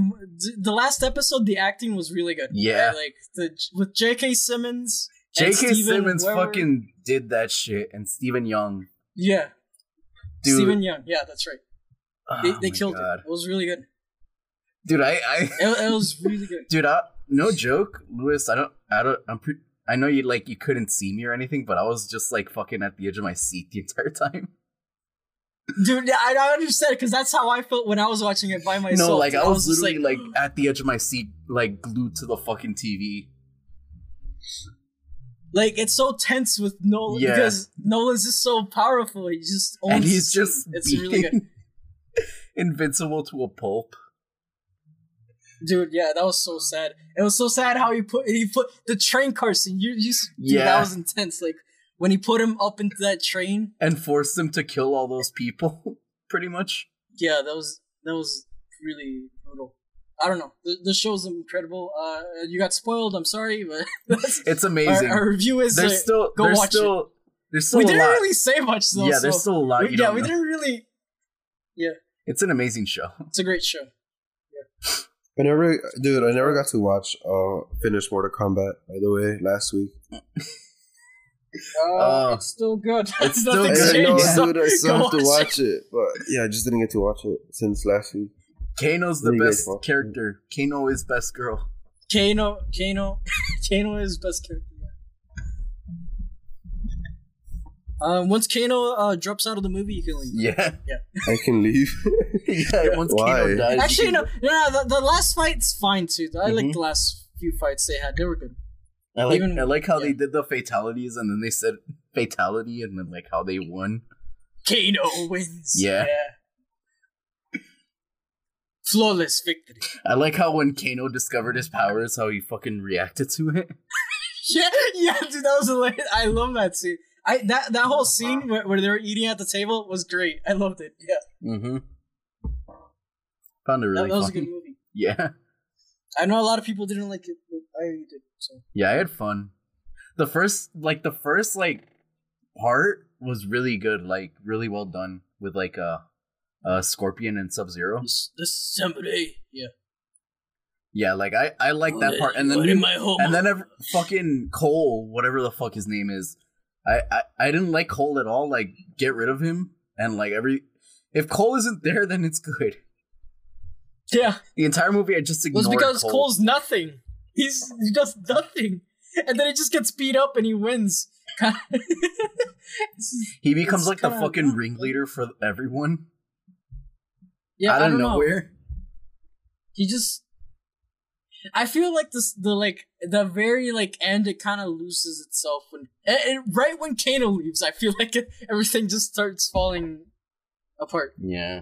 [SPEAKER 3] the last episode, the acting was really good.
[SPEAKER 1] Yeah.
[SPEAKER 3] like the with J.K. Simmons. and
[SPEAKER 1] J.K.
[SPEAKER 3] Steven
[SPEAKER 1] Simmons
[SPEAKER 3] Weber-
[SPEAKER 1] fucking did that shit, and Stephen Young,
[SPEAKER 3] yeah.
[SPEAKER 1] dude,
[SPEAKER 3] Stephen Young, yeah, that's right.
[SPEAKER 1] oh
[SPEAKER 3] They, they
[SPEAKER 1] my
[SPEAKER 3] killed
[SPEAKER 1] God.
[SPEAKER 3] it. It was really good.
[SPEAKER 1] dude. I, I,
[SPEAKER 3] It, it was really good.
[SPEAKER 1] dude, I, no joke, Lewis. I don't, I don't, I'm pretty. I know you like you couldn't see me or anything, but I was just like fucking at the edge of my seat the [laughs] entire time.
[SPEAKER 3] Dude, I, I understand because that's how I felt when I was watching it by myself.
[SPEAKER 1] no, like
[SPEAKER 3] dude.
[SPEAKER 1] I was,
[SPEAKER 3] just
[SPEAKER 1] literally like, at the edge of my seat, like glued to the fucking TV.
[SPEAKER 3] Like it's so tense with Nolan
[SPEAKER 1] Yeah.
[SPEAKER 3] because Nolan's just so powerful. He just owns.
[SPEAKER 1] and he's
[SPEAKER 3] the
[SPEAKER 1] just
[SPEAKER 3] scene. Oh, [laughs] it's really good,
[SPEAKER 1] being [laughs] invincible to a pulp.
[SPEAKER 3] dude. Yeah, that was so sad. It was so sad how he put he put the train car scene. You, you yeah,
[SPEAKER 1] Yeah.
[SPEAKER 3] that was intense. Like when he put him up into that train.
[SPEAKER 1] and force them to kill all those people, [laughs] pretty much.
[SPEAKER 3] Yeah, that was that was really brutal. I don't know. The, the show's incredible. Uh, you got spoiled. I'm sorry, but [laughs] that's,
[SPEAKER 1] It's
[SPEAKER 3] our,
[SPEAKER 1] amazing.
[SPEAKER 3] our review is
[SPEAKER 1] there's
[SPEAKER 3] uh,
[SPEAKER 1] still
[SPEAKER 3] go
[SPEAKER 1] there's
[SPEAKER 3] watch
[SPEAKER 1] still there's still
[SPEAKER 3] we
[SPEAKER 1] a
[SPEAKER 3] didn't
[SPEAKER 1] lot.
[SPEAKER 3] really say much though.
[SPEAKER 1] yeah,
[SPEAKER 3] so
[SPEAKER 1] there's still a lot.
[SPEAKER 3] we,
[SPEAKER 1] you
[SPEAKER 3] yeah,
[SPEAKER 1] don't
[SPEAKER 3] we
[SPEAKER 1] know.
[SPEAKER 3] didn't really.
[SPEAKER 1] It's an amazing show. [laughs]
[SPEAKER 3] It's a great show.
[SPEAKER 2] I never, dude, I never got to watch, uh, finish Mortal Kombat, by the way, last week.
[SPEAKER 3] Uh,
[SPEAKER 1] Oh.
[SPEAKER 3] it's still good. [laughs]
[SPEAKER 1] It's still
[SPEAKER 3] Nothing's
[SPEAKER 1] good.
[SPEAKER 2] I know,
[SPEAKER 3] [laughs] changed, so
[SPEAKER 2] dude, I still
[SPEAKER 3] go
[SPEAKER 2] have to
[SPEAKER 3] watch it.
[SPEAKER 2] watch it. But yeah, I just didn't get to watch it since last week.
[SPEAKER 1] Kano's the
[SPEAKER 2] Really good
[SPEAKER 1] best
[SPEAKER 2] for-
[SPEAKER 1] character. Kano is best girl.
[SPEAKER 3] Kano, Kano, [laughs] Kano is best character. Um, once Kano uh, drops out of the movie, you can leave.
[SPEAKER 1] Yeah, [laughs]
[SPEAKER 2] I can leave.
[SPEAKER 1] yeah. Once
[SPEAKER 2] Why?
[SPEAKER 1] Kano dies,
[SPEAKER 3] Actually,
[SPEAKER 1] you
[SPEAKER 3] no,
[SPEAKER 1] can-
[SPEAKER 3] no, no, the, the last fight's fine too. I like
[SPEAKER 1] Mhm.
[SPEAKER 3] the last few fights they had; they were good.
[SPEAKER 1] I like
[SPEAKER 3] even-
[SPEAKER 1] I like how
[SPEAKER 3] yeah.
[SPEAKER 1] they did the fatalities, and then they said fatality, and then like how they won.
[SPEAKER 3] Kano wins.
[SPEAKER 1] Yeah.
[SPEAKER 3] Flawless victory. [laughs]
[SPEAKER 1] I like how when Kano discovered his powers, how he fucking reacted to it.
[SPEAKER 3] Yeah, yeah, dude, that was hilarious. I love that scene. I that that whole scene where, where they were eating at the table was great. I loved it. Yeah,
[SPEAKER 1] Mm-hmm. Found it
[SPEAKER 3] that,
[SPEAKER 1] really
[SPEAKER 3] that was a
[SPEAKER 1] funny.
[SPEAKER 3] good movie.
[SPEAKER 1] Yeah.
[SPEAKER 3] I know a lot of people didn't like it, but I did. So
[SPEAKER 1] Yeah, I had fun. The first like the first like part was really good, like really well done with like uh uh Scorpion and Sub Zero.
[SPEAKER 3] this, this somebody, yeah,
[SPEAKER 1] Yeah, like I I
[SPEAKER 3] Oh,
[SPEAKER 1] like that part and then
[SPEAKER 3] What in my home,
[SPEAKER 1] and then ev- fucking Cole, whatever the fuck his name is. I, I I didn't like Cole at all, like get rid of him and like every if Cole isn't there then it's good.
[SPEAKER 3] yeah,
[SPEAKER 1] The entire movie I just
[SPEAKER 3] it
[SPEAKER 1] ignored
[SPEAKER 3] was because
[SPEAKER 1] Cole.
[SPEAKER 3] Cole's nothing. He's he does nothing, and then it just gets beat up and he wins. [laughs]
[SPEAKER 1] he becomes
[SPEAKER 3] it's
[SPEAKER 1] like the
[SPEAKER 3] kinda-
[SPEAKER 1] fucking ringleader for everyone
[SPEAKER 3] yeah,
[SPEAKER 1] out
[SPEAKER 3] I
[SPEAKER 1] of
[SPEAKER 3] don't know.
[SPEAKER 1] nowhere.
[SPEAKER 3] He just. I feel like this, the like the very like end, it kind of loses itself when it, it- right when Kano leaves. I feel like [laughs] it, everything just starts falling apart,
[SPEAKER 1] Yeah.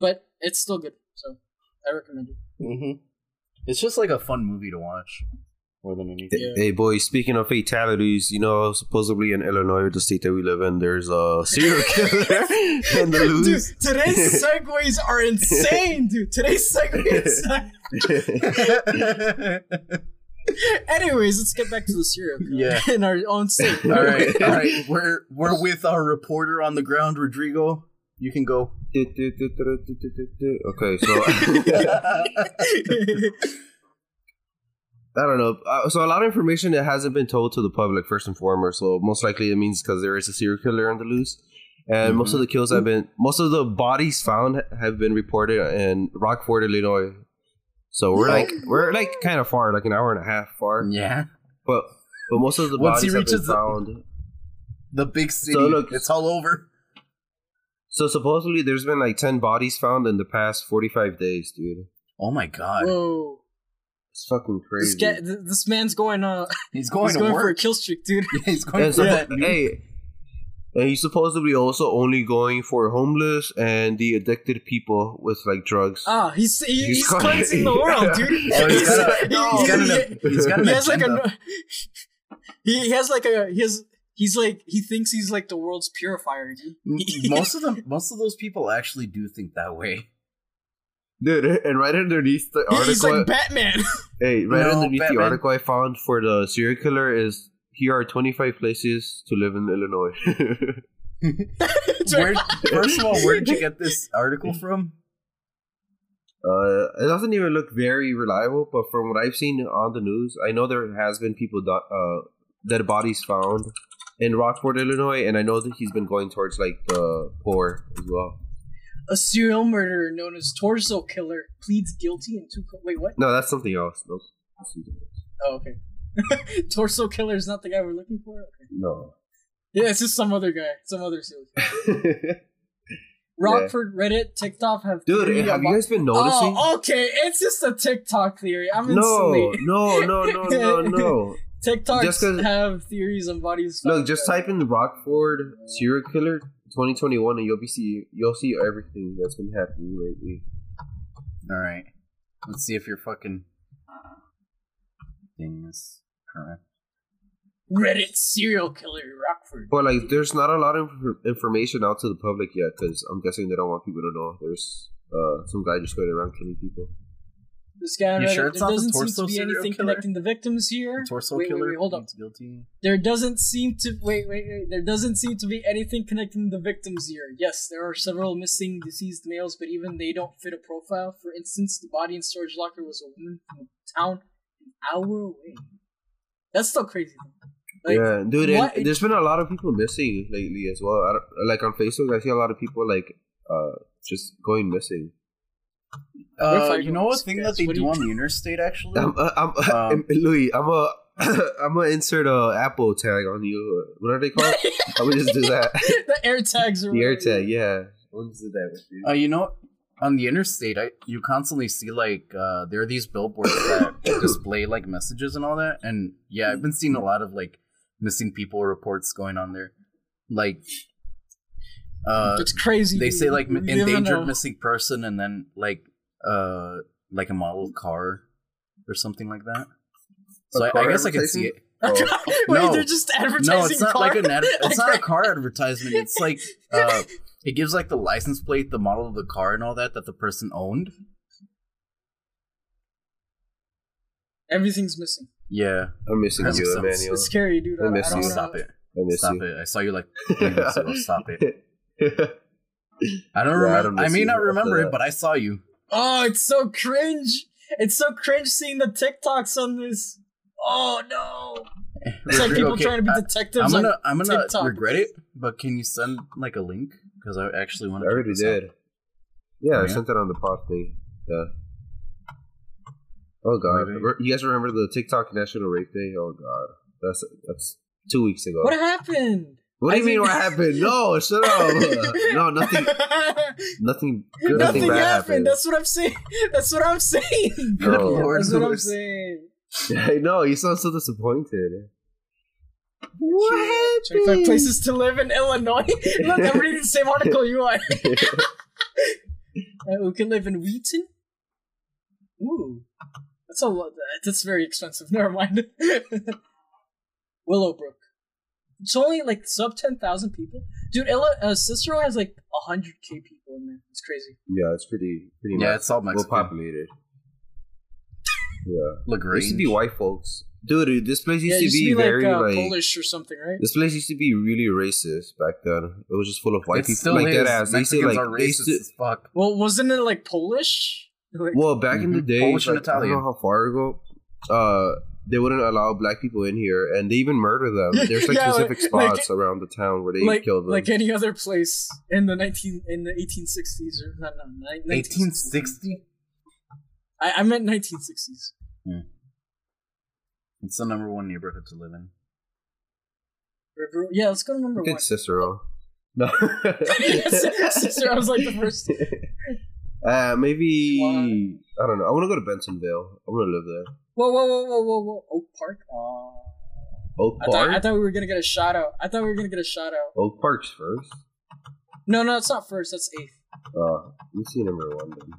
[SPEAKER 3] but it's still good. So I recommend
[SPEAKER 1] [laughs]
[SPEAKER 3] it.
[SPEAKER 1] Mm-hmm. It's just like a fun movie to watch more than anything.
[SPEAKER 3] Yeah.
[SPEAKER 2] Hey, boy, speaking of fatalities, you know, supposedly in Illinois, the state that we live in, there's a
[SPEAKER 1] [laughs]
[SPEAKER 2] serial killer and the
[SPEAKER 3] Dude,
[SPEAKER 2] loose.
[SPEAKER 3] today's segues are
[SPEAKER 1] [laughs]
[SPEAKER 3] insane, dude. Today's segues. [laughs] Anyways, let's get back to the
[SPEAKER 1] [laughs]
[SPEAKER 3] serial killer
[SPEAKER 1] Yeah.
[SPEAKER 3] [laughs] in our own
[SPEAKER 1] [laughs] [laughs]
[SPEAKER 3] state.
[SPEAKER 1] All right, all right. We're we're with our reporter on the ground, Rodrigo. You can [laughs] go.
[SPEAKER 2] [laughs] okay, so [laughs] I don't know. Uh, so a lot of information that hasn't been told to the public, first and foremost. So most likely it means because there is a serial killer on the loose, and most
[SPEAKER 1] Mm-hmm.
[SPEAKER 2] of the kills have been, most of the bodies found have been reported in Rockford, Illinois. So we're like we're like kind of far, like an hour and a half far,
[SPEAKER 1] yeah,
[SPEAKER 2] but but most of the
[SPEAKER 1] Once he
[SPEAKER 2] bodies have been
[SPEAKER 1] reaches the-
[SPEAKER 2] found.
[SPEAKER 1] the big city.
[SPEAKER 2] look-
[SPEAKER 1] it's all over.
[SPEAKER 2] So supposedly there's been like ten bodies found in the past forty five days, dude.
[SPEAKER 1] Oh my god,
[SPEAKER 3] Whoa.
[SPEAKER 2] It's fucking
[SPEAKER 3] This,
[SPEAKER 2] crazy.
[SPEAKER 3] guy, th- this man's going uh [laughs]
[SPEAKER 1] he's going
[SPEAKER 3] he's
[SPEAKER 1] to
[SPEAKER 3] going for a
[SPEAKER 1] work.
[SPEAKER 3] kill streak, dude.
[SPEAKER 1] [laughs] he's going
[SPEAKER 2] And
[SPEAKER 1] for
[SPEAKER 2] so
[SPEAKER 1] that.
[SPEAKER 2] that- hey, and he's supposedly also only going for homeless and the addicted people with like drugs.
[SPEAKER 3] Ah, he's he, he's,
[SPEAKER 2] He's got-
[SPEAKER 3] cleansing
[SPEAKER 1] [laughs]
[SPEAKER 3] the world, dude.
[SPEAKER 1] Oh, [laughs] he's
[SPEAKER 3] He's-
[SPEAKER 1] got a-
[SPEAKER 3] [laughs] he-
[SPEAKER 1] he's got an- he's got an
[SPEAKER 3] he- he has like
[SPEAKER 1] agenda.
[SPEAKER 3] a [laughs] he, he has like a he has he's like he thinks he's like the world's purifier, dude.
[SPEAKER 1] [laughs]
[SPEAKER 3] [laughs]
[SPEAKER 1] M- most of them, most of those people actually do think that way.
[SPEAKER 2] Dude, and right underneath the
[SPEAKER 3] He-
[SPEAKER 2] article,
[SPEAKER 3] he's like Batman. [laughs]
[SPEAKER 2] hey, right
[SPEAKER 1] No,
[SPEAKER 2] underneath
[SPEAKER 1] Batman.
[SPEAKER 2] the article I found for the serial killer is here are 25 places to live in Illinois. [laughs]
[SPEAKER 1] Where, first of all, where did you get
[SPEAKER 3] [laughs]
[SPEAKER 1] this article from?
[SPEAKER 2] Uh, it doesn't even look very reliable, but from what I've seen on the news, I know there has been people do- uh, dead bodies found in Rockford, Illinois, and I know that he's been going towards like the poor as well.
[SPEAKER 3] a serial murderer known as Torso Killer pleads guilty in two. Co- Wait, what?
[SPEAKER 2] No, that's something else. Nope. That's something else.
[SPEAKER 3] Oh, okay. [laughs] Torso Killer is not the guy we're looking for. Okay.
[SPEAKER 2] No. [laughs]
[SPEAKER 3] Yeah, it's just some other guy, some other serial. killer. Rockford, Reddit, TikTok have. theory
[SPEAKER 2] Dude, have you
[SPEAKER 3] about-
[SPEAKER 2] guys been noticing?
[SPEAKER 3] Oh, okay. It's just a TikTok theory. I'm
[SPEAKER 2] no,
[SPEAKER 3] insane.
[SPEAKER 2] no, no, no,
[SPEAKER 3] [laughs]
[SPEAKER 2] no, no.
[SPEAKER 3] TikToks
[SPEAKER 2] Just 'cause-
[SPEAKER 3] have theories on bodies.
[SPEAKER 2] Look,
[SPEAKER 3] found
[SPEAKER 2] just
[SPEAKER 3] dead.
[SPEAKER 2] type in Rockford serial killer 2021, and you'll be see you'll see everything that's been happening lately.
[SPEAKER 1] All right, let's see if your fucking thing is correct.
[SPEAKER 3] Reddit serial killer Rockford.
[SPEAKER 2] But like, there's not a lot of inf- information out to the public yet because I'm guessing they don't want people to know. There's uh, some guy just going around killing people.
[SPEAKER 3] This guy on
[SPEAKER 1] You
[SPEAKER 3] Reddit.
[SPEAKER 1] sure it's
[SPEAKER 3] there
[SPEAKER 1] not the
[SPEAKER 3] doesn't seem
[SPEAKER 1] torso
[SPEAKER 3] to be
[SPEAKER 1] serial
[SPEAKER 3] anything
[SPEAKER 1] killer?
[SPEAKER 3] connecting the victims here.
[SPEAKER 1] Torso
[SPEAKER 3] wait,
[SPEAKER 1] killer.
[SPEAKER 3] Wait, wait, hold up.
[SPEAKER 1] pleads Guilty.
[SPEAKER 3] There doesn't seem to wait, wait, wait. There doesn't seem to be anything connecting the victims here. Yes, there are several missing deceased males, but even they don't fit a profile. For instance, the body in storage locker was a woman from a town an hour away. That's still crazy. Like,
[SPEAKER 2] yeah, dude.
[SPEAKER 3] what-
[SPEAKER 2] And there's been a lot of people missing lately as well. I don't, like on Facebook, I see a lot of people like uh, just going missing.
[SPEAKER 1] Uh,
[SPEAKER 3] fighting
[SPEAKER 1] you know a
[SPEAKER 3] this,
[SPEAKER 1] thing that
[SPEAKER 3] guys.
[SPEAKER 1] they
[SPEAKER 3] What do Oh,
[SPEAKER 1] do
[SPEAKER 3] you-
[SPEAKER 1] on the interstate
[SPEAKER 3] [laughs]
[SPEAKER 1] actually?
[SPEAKER 2] I'm, uh, I'm, [laughs]
[SPEAKER 1] Um,
[SPEAKER 2] Louis. I'm a. [coughs] I'm gonna insert a Apple tag on you. What are they called? I'm gonna just do that.
[SPEAKER 3] [laughs] the air tags are
[SPEAKER 2] The air tag, yeah. What is that?
[SPEAKER 1] Uh, you know, on the interstate, I, you constantly see like uh, there are these billboards that display like messages and all that. And yeah, I've been seeing a lot of like missing people reports going on there. Like, uh,
[SPEAKER 3] It's crazy.
[SPEAKER 1] they
[SPEAKER 3] dude.
[SPEAKER 1] say like
[SPEAKER 3] We
[SPEAKER 1] m-
[SPEAKER 3] live in
[SPEAKER 1] endangered
[SPEAKER 3] a-
[SPEAKER 1] missing person, and then like uh like a model car or something like that. So I,
[SPEAKER 2] A
[SPEAKER 1] I
[SPEAKER 2] car
[SPEAKER 1] guess I can see it.
[SPEAKER 2] advertisement?
[SPEAKER 3] [laughs] Wait,
[SPEAKER 1] No.
[SPEAKER 3] they're just advertising.
[SPEAKER 1] No, it's not like an ad- it's not a car advertisement. It's like uh,
[SPEAKER 3] car.
[SPEAKER 1] it gives like the license plate, the model of the car, and all that that the person owned.
[SPEAKER 3] Everything's missing.
[SPEAKER 1] Yeah,
[SPEAKER 2] I'm missing
[SPEAKER 1] That's
[SPEAKER 2] you,
[SPEAKER 1] awesome.
[SPEAKER 2] Emmanuel.
[SPEAKER 3] It's scary, dude. I,
[SPEAKER 2] I
[SPEAKER 3] I
[SPEAKER 2] miss
[SPEAKER 3] don't
[SPEAKER 2] you.
[SPEAKER 3] wanna-
[SPEAKER 1] stop it,
[SPEAKER 2] I miss
[SPEAKER 1] stop
[SPEAKER 2] you.
[SPEAKER 1] it. I saw you like three minutes
[SPEAKER 2] [laughs]
[SPEAKER 1] ago. stop it. I don't remember.
[SPEAKER 2] Yeah, I
[SPEAKER 1] I,
[SPEAKER 2] don't miss
[SPEAKER 1] may
[SPEAKER 2] you
[SPEAKER 1] not
[SPEAKER 2] after
[SPEAKER 1] remember it,
[SPEAKER 2] that.
[SPEAKER 1] but I saw you.
[SPEAKER 3] Oh, it's so cringe. It's so cringe seeing the TikToks on this. Oh no! It's like
[SPEAKER 1] Rodrigo,
[SPEAKER 3] people
[SPEAKER 1] okay,
[SPEAKER 3] trying to be
[SPEAKER 1] I-
[SPEAKER 3] detectives.
[SPEAKER 1] I'm
[SPEAKER 3] on-
[SPEAKER 1] gonna I'm gonna
[SPEAKER 3] TikTok.
[SPEAKER 1] regret it, but can you send like a link because I actually want
[SPEAKER 2] I
[SPEAKER 1] to.
[SPEAKER 2] already did. Yeah, I
[SPEAKER 1] Yeah.
[SPEAKER 2] sent that on the pod thing. Yeah. Oh god,
[SPEAKER 1] Maybe.
[SPEAKER 2] Re- you guys remember the TikTok National Rape Day? Oh god, that's that's two weeks ago.
[SPEAKER 3] What happened?
[SPEAKER 2] What do
[SPEAKER 3] I
[SPEAKER 2] you mean? [laughs]
[SPEAKER 3] think-
[SPEAKER 2] What happened? No, shut up. [laughs] No,
[SPEAKER 3] [laughs]
[SPEAKER 2] nothing. Nothing. Good, nothing,
[SPEAKER 3] Nothing
[SPEAKER 2] bad
[SPEAKER 3] happened.
[SPEAKER 2] happened.
[SPEAKER 3] That's what I'm saying. [laughs] That's what I'm saying.
[SPEAKER 1] [laughs]
[SPEAKER 2] Good
[SPEAKER 3] That's
[SPEAKER 2] lord,
[SPEAKER 3] what I'm
[SPEAKER 1] Louis.
[SPEAKER 3] saying.
[SPEAKER 2] [laughs] I know you sound so disappointed. What
[SPEAKER 3] 25 places to live in Illinois. Look, I'm reading the same article you are. Uh, we can live in Wheaton. Ooh, that's a lot. That's very expensive. [laughs] Never mind. Willowbrook. It's only like sub ten thousand people, dude. Ella, uh, Cicero has like hundred k people in there. It's crazy.
[SPEAKER 2] Yeah, it's pretty pretty.
[SPEAKER 1] Yeah,
[SPEAKER 2] nice.
[SPEAKER 1] it's all
[SPEAKER 2] well
[SPEAKER 1] Mexican.
[SPEAKER 2] populated. Yeah. It
[SPEAKER 1] Lagrange.
[SPEAKER 2] used to be white folks. Dude, this place used
[SPEAKER 3] yeah, it
[SPEAKER 2] to
[SPEAKER 3] used
[SPEAKER 2] be
[SPEAKER 3] to be
[SPEAKER 2] very
[SPEAKER 3] like, uh,
[SPEAKER 2] like.
[SPEAKER 3] Polish or something, right?
[SPEAKER 2] This place used to be really racist back then. It was just full of white
[SPEAKER 1] It
[SPEAKER 2] people.
[SPEAKER 1] still
[SPEAKER 2] like
[SPEAKER 1] is.
[SPEAKER 2] that ass. They say
[SPEAKER 1] Mexicans
[SPEAKER 2] like
[SPEAKER 1] are
[SPEAKER 2] they
[SPEAKER 1] racist
[SPEAKER 2] sti-
[SPEAKER 1] as fuck.
[SPEAKER 3] Well, wasn't it like Polish? Like,
[SPEAKER 2] Well, back in the
[SPEAKER 3] Mm-hmm.
[SPEAKER 1] Mhm.
[SPEAKER 2] day,
[SPEAKER 1] Polish and
[SPEAKER 2] like, I don't know
[SPEAKER 1] Italian.
[SPEAKER 2] how far ago, uh, they wouldn't allow black people in here, and they even murder
[SPEAKER 3] [laughs]
[SPEAKER 2] them. There's like
[SPEAKER 3] Yeah,
[SPEAKER 2] specific
[SPEAKER 3] like- like-
[SPEAKER 2] spots around the town where they
[SPEAKER 3] like,
[SPEAKER 2] killed them.
[SPEAKER 3] like any other place in the nineteen in the eighteen sixties or no no ni- 19,
[SPEAKER 1] 1860?
[SPEAKER 3] I, I meant nineteen sixties.
[SPEAKER 1] It's the number one neighborhood to live in.
[SPEAKER 3] Yeah, let's go to number
[SPEAKER 2] Look
[SPEAKER 3] one.
[SPEAKER 2] at
[SPEAKER 3] [laughs]
[SPEAKER 2] Cicero. No. [laughs]
[SPEAKER 3] Sister, I was like the first.
[SPEAKER 2] Uh, maybe
[SPEAKER 3] Why?
[SPEAKER 2] I don't know. I want to go to Bensonville. I want to live there.
[SPEAKER 3] Whoa, whoa, whoa, whoa, whoa, whoa! Oak Park. Oh.
[SPEAKER 2] Oak
[SPEAKER 3] I
[SPEAKER 2] Park.
[SPEAKER 3] thought, I thought we were gonna get a shout out. I thought we were gonna get a shout out.
[SPEAKER 2] Oak Park's first.
[SPEAKER 3] No, no, it's not first. That's eighth.
[SPEAKER 2] Uh, let's see number one. Then.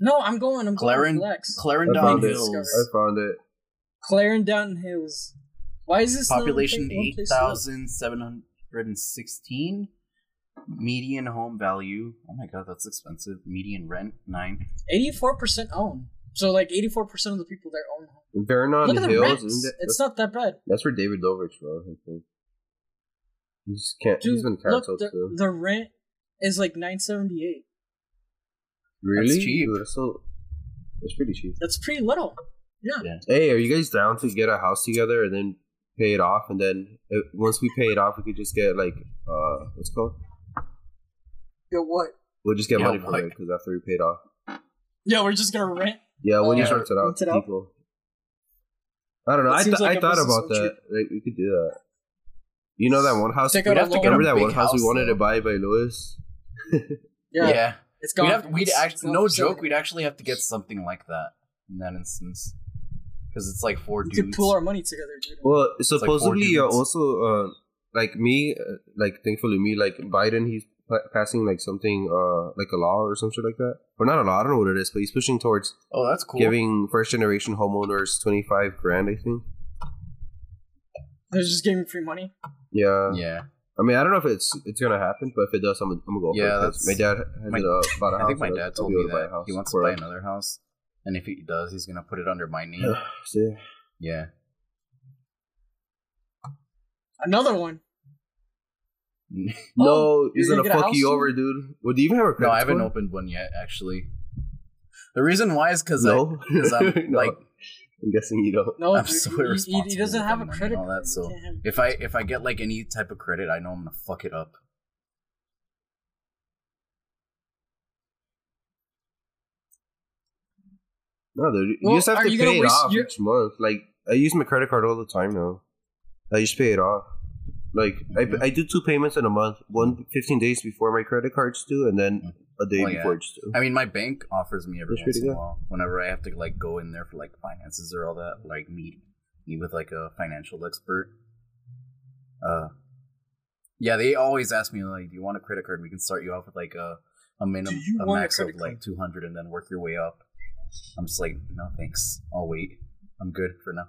[SPEAKER 3] No, I'm going. I'm
[SPEAKER 1] Claren-
[SPEAKER 3] going. Flex.
[SPEAKER 2] I
[SPEAKER 1] Clarendon
[SPEAKER 2] found it.
[SPEAKER 1] Hills.
[SPEAKER 2] I found it.
[SPEAKER 3] Clarendon Hills. Why is this not
[SPEAKER 1] Population
[SPEAKER 3] one place- one place to live?
[SPEAKER 1] 8,716. Median home value. Oh my god, that's expensive. Median rent, 9.
[SPEAKER 3] 84% own. So like 84% of the people there own. homes.
[SPEAKER 2] Vernon
[SPEAKER 3] Look at the
[SPEAKER 2] Hills.
[SPEAKER 3] rents.
[SPEAKER 2] Isn't that,
[SPEAKER 3] it's
[SPEAKER 2] that's,
[SPEAKER 3] not that bad.
[SPEAKER 2] that's where David Dobrik's from. I think. He just can't.
[SPEAKER 3] Dude,
[SPEAKER 2] he's been
[SPEAKER 3] look,
[SPEAKER 2] canceled
[SPEAKER 3] the,
[SPEAKER 2] too.
[SPEAKER 3] the rent is like 978.
[SPEAKER 2] Really?
[SPEAKER 1] cheap.
[SPEAKER 2] Dude, that's, so, that's pretty cheap.
[SPEAKER 3] That's pretty little.
[SPEAKER 2] Hey, are you guys down to get a house together and then pay it off? And then uh, once we pay it off, we could just get like uh, what's it called?
[SPEAKER 3] Yo, what?
[SPEAKER 2] We'll just get
[SPEAKER 1] Yeah,
[SPEAKER 2] money from
[SPEAKER 1] like-
[SPEAKER 2] it because after we paid off.
[SPEAKER 3] Yeah, we're just gonna rent.
[SPEAKER 2] Yeah, when you
[SPEAKER 3] Oh, Yeah.
[SPEAKER 2] sort it out
[SPEAKER 3] Rent it
[SPEAKER 2] to
[SPEAKER 3] out.
[SPEAKER 2] people. I don't know.
[SPEAKER 3] That
[SPEAKER 2] I,
[SPEAKER 3] seems
[SPEAKER 2] th- I
[SPEAKER 3] like a
[SPEAKER 2] thought
[SPEAKER 3] business
[SPEAKER 2] about
[SPEAKER 3] venture.
[SPEAKER 2] that. Like we could do that. You know that one house.
[SPEAKER 3] Take
[SPEAKER 2] we'd
[SPEAKER 3] out a
[SPEAKER 2] have to
[SPEAKER 3] loan.
[SPEAKER 2] get remember
[SPEAKER 1] A
[SPEAKER 2] that
[SPEAKER 1] big
[SPEAKER 2] one house we
[SPEAKER 1] house,
[SPEAKER 2] wanted to
[SPEAKER 1] though.
[SPEAKER 2] buy by Lewis.
[SPEAKER 3] Yeah,
[SPEAKER 1] yeah.
[SPEAKER 3] it's gone.
[SPEAKER 1] We'd, have, we'd
[SPEAKER 3] It's
[SPEAKER 1] actually,
[SPEAKER 3] gone
[SPEAKER 1] no
[SPEAKER 3] for sale.
[SPEAKER 1] joke, we'd actually have to get something like that in that instance. Because it's like four
[SPEAKER 3] we
[SPEAKER 1] dudes.
[SPEAKER 3] could pool our money together, dude.
[SPEAKER 2] Well, supposedly uh,
[SPEAKER 1] dudes.
[SPEAKER 2] also uh, like me, uh, like thankfully me, like Biden, he's pa- passing like something uh like a law or some shit like that, or not a law. I don't know what it is, but he's pushing towards
[SPEAKER 1] oh, that's cool.
[SPEAKER 2] giving first generation homeowners twenty five grand. I think.
[SPEAKER 3] They're just giving free money.
[SPEAKER 2] Yeah.
[SPEAKER 1] yeah.
[SPEAKER 2] I mean, I don't know if it's it's gonna happen, but if it does, I'm, I'm gonna go.
[SPEAKER 1] Yeah,
[SPEAKER 2] for it. 'cause
[SPEAKER 1] that's-
[SPEAKER 2] My dad has
[SPEAKER 1] my-
[SPEAKER 2] it, uh, bought a house.
[SPEAKER 1] [laughs] I think my
[SPEAKER 2] and
[SPEAKER 1] dad
[SPEAKER 2] I'll
[SPEAKER 1] told
[SPEAKER 2] be
[SPEAKER 1] me
[SPEAKER 2] able buy a
[SPEAKER 1] that
[SPEAKER 2] house
[SPEAKER 1] he wants to
[SPEAKER 2] for
[SPEAKER 1] buy
[SPEAKER 2] it.
[SPEAKER 1] another house, and if he does, he's gonna put it under my
[SPEAKER 2] [sighs]
[SPEAKER 1] name.
[SPEAKER 2] Yeah. See,
[SPEAKER 3] Oh,
[SPEAKER 1] yeah,
[SPEAKER 3] Another one.
[SPEAKER 1] no,
[SPEAKER 2] no, he's
[SPEAKER 3] you're
[SPEAKER 2] gonna,
[SPEAKER 3] gonna get a
[SPEAKER 2] fuck you
[SPEAKER 3] house
[SPEAKER 2] over, dude. Well, do you even have a credit
[SPEAKER 1] I haven't [laughs]
[SPEAKER 2] score?
[SPEAKER 1] opened one yet. Actually, the reason why is because [laughs]
[SPEAKER 2] No,
[SPEAKER 1] because I'm
[SPEAKER 2] [laughs] No.
[SPEAKER 1] like,
[SPEAKER 2] I'm guessing you don't.
[SPEAKER 3] No,
[SPEAKER 1] I'm
[SPEAKER 3] dude,
[SPEAKER 1] so
[SPEAKER 3] he- he, he
[SPEAKER 1] irresponsible
[SPEAKER 3] doesn't
[SPEAKER 1] with
[SPEAKER 3] have a
[SPEAKER 1] my money
[SPEAKER 3] credit
[SPEAKER 1] and all
[SPEAKER 3] card.
[SPEAKER 1] that, so-
[SPEAKER 3] He can't have-
[SPEAKER 1] if I if I get like any type of credit, I know I'm gonna fuck it up.
[SPEAKER 2] No, dude. You
[SPEAKER 3] Well,
[SPEAKER 2] just have
[SPEAKER 3] are
[SPEAKER 2] to
[SPEAKER 3] you gonna
[SPEAKER 2] pay it
[SPEAKER 3] waste
[SPEAKER 2] off
[SPEAKER 3] your-
[SPEAKER 2] each month. Like I use my credit card all the time now. I just pay it off. Like
[SPEAKER 1] Mhm.
[SPEAKER 2] I, I do two payments in a month. One 15 days before my credit card's due, and then a day
[SPEAKER 1] Well, Oh, yeah.
[SPEAKER 2] before it's due.
[SPEAKER 1] I mean, my bank offers me every
[SPEAKER 2] That's
[SPEAKER 1] once
[SPEAKER 2] pretty
[SPEAKER 1] in a
[SPEAKER 2] good.
[SPEAKER 1] while whenever I have to like go in there for like finances or all that, like meet meet with like a financial expert. Uh, yeah, they always ask me like, "Do you want a credit card? We can start you off with like a a minimum,
[SPEAKER 3] you
[SPEAKER 1] a
[SPEAKER 3] want a
[SPEAKER 1] max of
[SPEAKER 3] credit
[SPEAKER 1] like
[SPEAKER 3] card?
[SPEAKER 1] two hundred, and then work your way up." I'm just like, no, thanks. I'll wait. I'm good for now.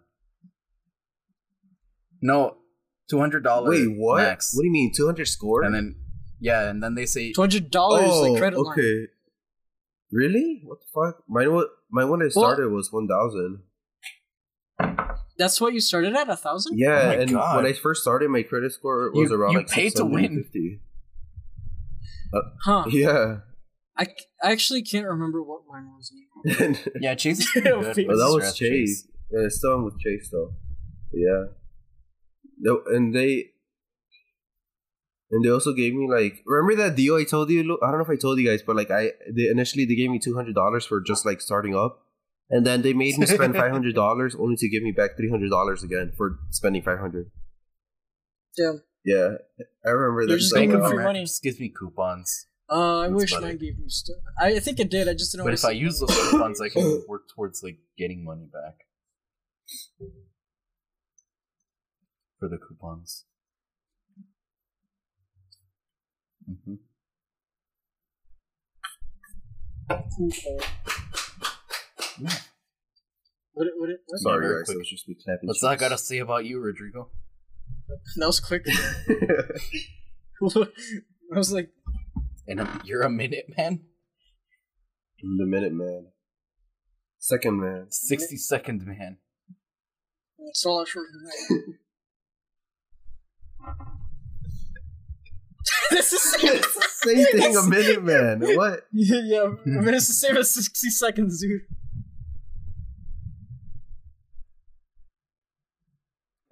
[SPEAKER 1] No, two hundred dollars.
[SPEAKER 2] Wait, what?
[SPEAKER 1] Max.
[SPEAKER 2] What do you mean 200 score? Oh,
[SPEAKER 1] and then yeah, and then they say
[SPEAKER 3] Two hundred dollars
[SPEAKER 1] Oh,
[SPEAKER 3] like credit line.
[SPEAKER 2] Really? What the fuck? Mine was mine when I started was one thousand.
[SPEAKER 3] That's what you started at a thousand.
[SPEAKER 2] Yeah,
[SPEAKER 1] Oh my
[SPEAKER 2] and
[SPEAKER 1] God.
[SPEAKER 2] when I first started, my credit score was
[SPEAKER 1] You-
[SPEAKER 2] around
[SPEAKER 1] you
[SPEAKER 2] like
[SPEAKER 1] paid to win.
[SPEAKER 2] 650.
[SPEAKER 3] Huh.
[SPEAKER 2] Yeah,
[SPEAKER 3] I, c- I actually can't remember what mine was. anymore.
[SPEAKER 2] [laughs] and
[SPEAKER 1] yeah, Chase is pretty
[SPEAKER 3] Yeah,
[SPEAKER 1] good.
[SPEAKER 3] Phoenix.
[SPEAKER 1] with
[SPEAKER 2] Well, that was
[SPEAKER 1] stress
[SPEAKER 2] Chase. it's still on with Chase though. Yeah. No, and they and they also gave me like remember that deal I told you? Lu- I don't know if I told you guys, but like I they initially they gave me two hundred dollars for just like starting up, and then they made me spend five hundred dollars only to give me back three hundred dollars again for spending five hundred.
[SPEAKER 3] Damn.
[SPEAKER 2] Yeah, I remember
[SPEAKER 3] They're
[SPEAKER 2] that.
[SPEAKER 3] just
[SPEAKER 2] so
[SPEAKER 1] Bank
[SPEAKER 3] making
[SPEAKER 1] of
[SPEAKER 2] well. [laughs]
[SPEAKER 3] free
[SPEAKER 1] America
[SPEAKER 3] money.
[SPEAKER 1] oh, just gives me coupons,
[SPEAKER 3] Uh, I
[SPEAKER 1] That's
[SPEAKER 3] wish
[SPEAKER 1] about
[SPEAKER 3] mine
[SPEAKER 1] it.
[SPEAKER 3] gave me stuff. I, I think it did. I just didn't.
[SPEAKER 1] but if I
[SPEAKER 3] always-
[SPEAKER 1] use those coupons, I can work towards like getting money back for the coupons. hmm
[SPEAKER 3] Cool. What? it- What? it- what?
[SPEAKER 2] Sorry,
[SPEAKER 1] Very
[SPEAKER 2] guys.
[SPEAKER 1] quick.
[SPEAKER 2] I was just be clapping
[SPEAKER 1] What's that got to
[SPEAKER 2] cheeks.
[SPEAKER 1] say about you, Rodrigo?
[SPEAKER 3] That was [laughs] quick.
[SPEAKER 2] [laughs]
[SPEAKER 3] I was like,
[SPEAKER 1] And a, you're a minute man.
[SPEAKER 2] the minute man. Second
[SPEAKER 3] [laughs]
[SPEAKER 2] man.
[SPEAKER 1] 60 second man.
[SPEAKER 4] That's all I sure can know.
[SPEAKER 3] [laughs] this is [laughs]
[SPEAKER 2] Same thing, a minute man. What?
[SPEAKER 3] yeah. I
[SPEAKER 1] Hmm.
[SPEAKER 3] mean, it's the same as sixty seconds, dude.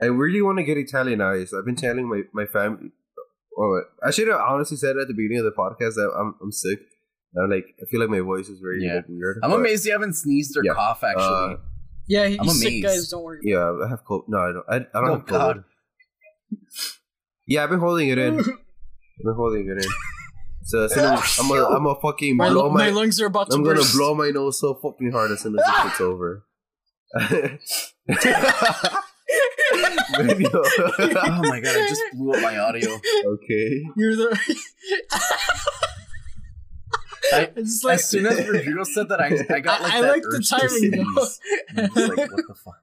[SPEAKER 2] I really want to get Italianized. I've been telling my, my family. Oh, I should have honestly said at the beginning of the podcast that I'm, I'm sick. I'm like, I feel like my voice is very
[SPEAKER 1] Yeah.
[SPEAKER 2] like, weird.
[SPEAKER 1] I'm
[SPEAKER 2] but,
[SPEAKER 1] amazed you haven't sneezed or
[SPEAKER 2] Yeah. Uh,
[SPEAKER 1] coughed, actually.
[SPEAKER 3] Yeah, he-
[SPEAKER 1] I'm
[SPEAKER 3] he's sick,
[SPEAKER 1] amazed.
[SPEAKER 3] guys. Don't worry.
[SPEAKER 2] Yeah, I have cold. No, I don't. I, I don't
[SPEAKER 1] Oh,
[SPEAKER 2] have cold.
[SPEAKER 1] God.
[SPEAKER 2] Yeah, I've been holding it in.
[SPEAKER 3] [laughs]
[SPEAKER 2] I've been holding it in. So as soon as I'm, a, I'm a fucking
[SPEAKER 3] Oh, My,
[SPEAKER 2] blow
[SPEAKER 3] lu- my,
[SPEAKER 2] my,
[SPEAKER 3] lungs are about to
[SPEAKER 2] I'm gonna
[SPEAKER 3] burst.
[SPEAKER 2] blow my nose so fucking hard as soon as it gets over. [laughs] Maybe not.
[SPEAKER 3] [laughs]
[SPEAKER 1] [laughs] Oh my god, I just blew up my audio.
[SPEAKER 2] [laughs] okay.
[SPEAKER 3] [laughs] You're the.
[SPEAKER 1] I-
[SPEAKER 3] [laughs] it's just like
[SPEAKER 1] As soon as Rodrigo said that, I,
[SPEAKER 3] [laughs]
[SPEAKER 1] I got
[SPEAKER 3] I-
[SPEAKER 1] like
[SPEAKER 3] I
[SPEAKER 1] that
[SPEAKER 3] like the
[SPEAKER 1] urge to
[SPEAKER 3] timing, though.
[SPEAKER 1] sneeze. [laughs] I'm just like, what the fuck?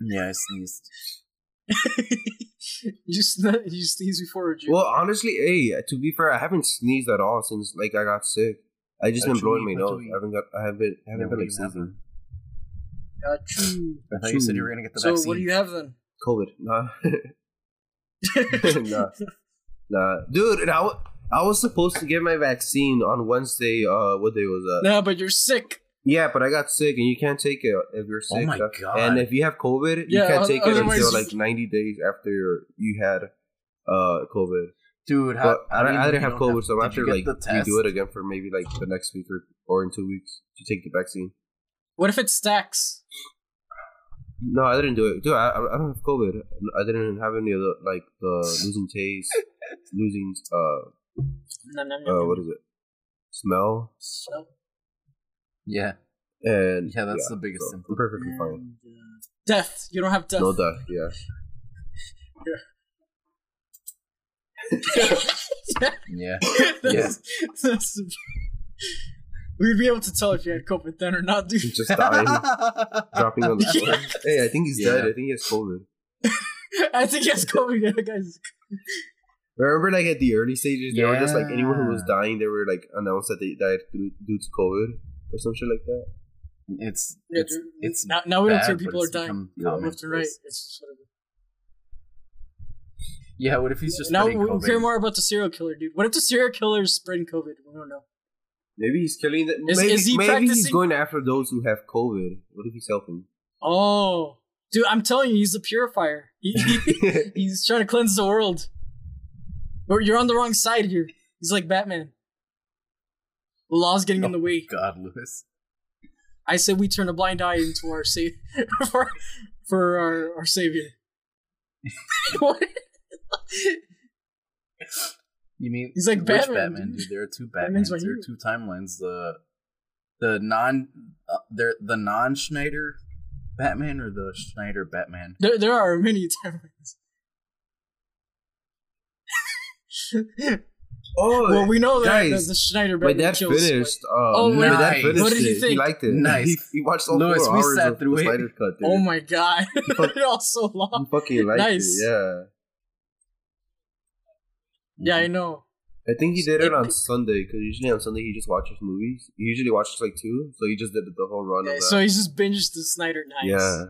[SPEAKER 1] Yeah, I sneezed.
[SPEAKER 3] [laughs] you sn- you sneeze before a
[SPEAKER 2] Well, honestly, hey, to be fair, I haven't sneezed at all since like I got sick. I just been
[SPEAKER 1] Achoo,
[SPEAKER 2] blowing my nose.
[SPEAKER 1] achoo.
[SPEAKER 2] I haven't got. I haven't. I haven't
[SPEAKER 1] Never
[SPEAKER 2] been like
[SPEAKER 1] even happened.
[SPEAKER 2] sneezing.
[SPEAKER 4] Got you.
[SPEAKER 1] I thought you said you were gonna get the
[SPEAKER 4] So
[SPEAKER 1] vaccine.
[SPEAKER 4] what do you have then?
[SPEAKER 2] [laughs] COVID. Nah. [laughs]
[SPEAKER 1] [laughs]
[SPEAKER 3] [laughs]
[SPEAKER 2] nah. Nah. Dude, and I, wa- I was supposed to get my vaccine on Wednesday. Uh, what day was that?
[SPEAKER 3] No, but you're sick.
[SPEAKER 2] Yeah, but I got sick, and you can't take it if you're sick.
[SPEAKER 1] Oh my
[SPEAKER 2] Uh,
[SPEAKER 1] God.
[SPEAKER 2] And if you have COVID, you
[SPEAKER 3] Yeah,
[SPEAKER 2] can't
[SPEAKER 3] o-
[SPEAKER 2] take it
[SPEAKER 3] otherwise-
[SPEAKER 2] until like 90 days after you had uh COVID.
[SPEAKER 1] Dude, how,
[SPEAKER 2] But I,
[SPEAKER 1] how do
[SPEAKER 2] don't-
[SPEAKER 1] you
[SPEAKER 2] I
[SPEAKER 1] know
[SPEAKER 2] didn't
[SPEAKER 1] you
[SPEAKER 2] have
[SPEAKER 1] don't
[SPEAKER 2] COVID, so
[SPEAKER 1] did
[SPEAKER 2] after
[SPEAKER 1] you get
[SPEAKER 2] like
[SPEAKER 1] the
[SPEAKER 2] we
[SPEAKER 1] test?
[SPEAKER 2] do it again for maybe like the next week or, or in two weeks to take the vaccine.
[SPEAKER 3] What if it stacks?
[SPEAKER 2] No, I didn't do it, dude. I, I don't have COVID. I didn't have any of the like the losing
[SPEAKER 1] [laughs]
[SPEAKER 2] taste, losing uh,
[SPEAKER 3] No, no,
[SPEAKER 1] Oh,
[SPEAKER 3] no.
[SPEAKER 2] uh what is it, smell,
[SPEAKER 4] So,
[SPEAKER 1] Yeah,
[SPEAKER 2] and
[SPEAKER 1] yeah, that's the
[SPEAKER 2] so
[SPEAKER 1] biggest
[SPEAKER 2] I'm
[SPEAKER 1] symptom.
[SPEAKER 2] perfectly fine.
[SPEAKER 4] and, uh,
[SPEAKER 3] Death. You don't have death.
[SPEAKER 2] No death, yeah.
[SPEAKER 3] [laughs]
[SPEAKER 2] [laughs]
[SPEAKER 1] Yeah,
[SPEAKER 3] that's, that's the- [laughs] We'd be able to tell if you had COVID then or not, dude. [laughs]
[SPEAKER 2] Just dying. dropping on the floor. hey, I think he's
[SPEAKER 1] Yeah.
[SPEAKER 2] dead. I think he has COVID.
[SPEAKER 3] I think he has COVID, yeah, guys.
[SPEAKER 2] Remember, like at the early stages, they were just like anyone who was
[SPEAKER 1] Yeah.
[SPEAKER 2] dying, they were like announced that they died through- due to COVID or some shit like that.
[SPEAKER 1] [laughs] it's
[SPEAKER 4] Yeah,
[SPEAKER 1] it's
[SPEAKER 4] dude,
[SPEAKER 1] it's
[SPEAKER 3] Now, now we don't
[SPEAKER 1] bad,
[SPEAKER 3] care
[SPEAKER 1] but
[SPEAKER 3] people are
[SPEAKER 1] it's
[SPEAKER 3] dying.
[SPEAKER 1] become common.
[SPEAKER 3] Left and right. It's just whatever.
[SPEAKER 1] Yeah, what if he's just
[SPEAKER 3] Now
[SPEAKER 1] spreading
[SPEAKER 3] we
[SPEAKER 1] COVID?
[SPEAKER 3] care more about the serial killer, dude. What if the serial killer is spreading COVID? We don't know.
[SPEAKER 2] Maybe he's killing them.
[SPEAKER 3] Is-
[SPEAKER 2] maybe
[SPEAKER 3] is he
[SPEAKER 2] maybe he's
[SPEAKER 3] practicing-
[SPEAKER 2] going after those who have COVID. What if he's
[SPEAKER 3] [laughs]
[SPEAKER 2] helping?
[SPEAKER 3] Oh, dude, I'm telling you, he's a purifier. He-
[SPEAKER 2] [laughs]
[SPEAKER 3] he- he's trying to cleanse the world. Or you're on the wrong side here. He's like Batman. The law's getting in the way.
[SPEAKER 1] Oh God, Lewis.
[SPEAKER 3] I say we turn a blind eye into our sa- [laughs] for, for our, our savior. [laughs] What?
[SPEAKER 1] You mean
[SPEAKER 3] He's like
[SPEAKER 1] which
[SPEAKER 3] Batman, dude.
[SPEAKER 1] dude? There are two Batmans.
[SPEAKER 3] Batman's right
[SPEAKER 1] There are
[SPEAKER 3] here.
[SPEAKER 1] two timelines. The the non uh, there the non Schneider Batman or the Schneider Batman.
[SPEAKER 3] There, there are many timelines.
[SPEAKER 2] oh,
[SPEAKER 3] well, we know that the,
[SPEAKER 2] guys,
[SPEAKER 3] the Schneider
[SPEAKER 2] my
[SPEAKER 3] Batman
[SPEAKER 2] dad
[SPEAKER 3] kills.
[SPEAKER 2] finished. Uh,
[SPEAKER 3] Oh,
[SPEAKER 2] my dad
[SPEAKER 1] nice.
[SPEAKER 2] finished
[SPEAKER 1] What
[SPEAKER 3] did he
[SPEAKER 2] it. He
[SPEAKER 3] think?
[SPEAKER 2] liked it. [laughs]
[SPEAKER 1] Nice.
[SPEAKER 2] He, he watched all
[SPEAKER 1] Lewis,
[SPEAKER 2] four
[SPEAKER 1] we
[SPEAKER 2] hours
[SPEAKER 1] sat
[SPEAKER 2] of
[SPEAKER 1] through
[SPEAKER 2] the
[SPEAKER 1] it.
[SPEAKER 2] Snyder Cut. Dude.
[SPEAKER 3] Oh my god, [laughs] it all so
[SPEAKER 2] He
[SPEAKER 3] long.
[SPEAKER 2] fucking liked
[SPEAKER 3] Nice.
[SPEAKER 2] it. Yeah.
[SPEAKER 3] Yeah, I know.
[SPEAKER 2] I think he did it
[SPEAKER 3] It-
[SPEAKER 2] on Sunday because usually on Sunday he just watches movies. He usually watches like two, so he just did the whole run of that.
[SPEAKER 3] So he's just binged the Snyder Nights.
[SPEAKER 2] yeah,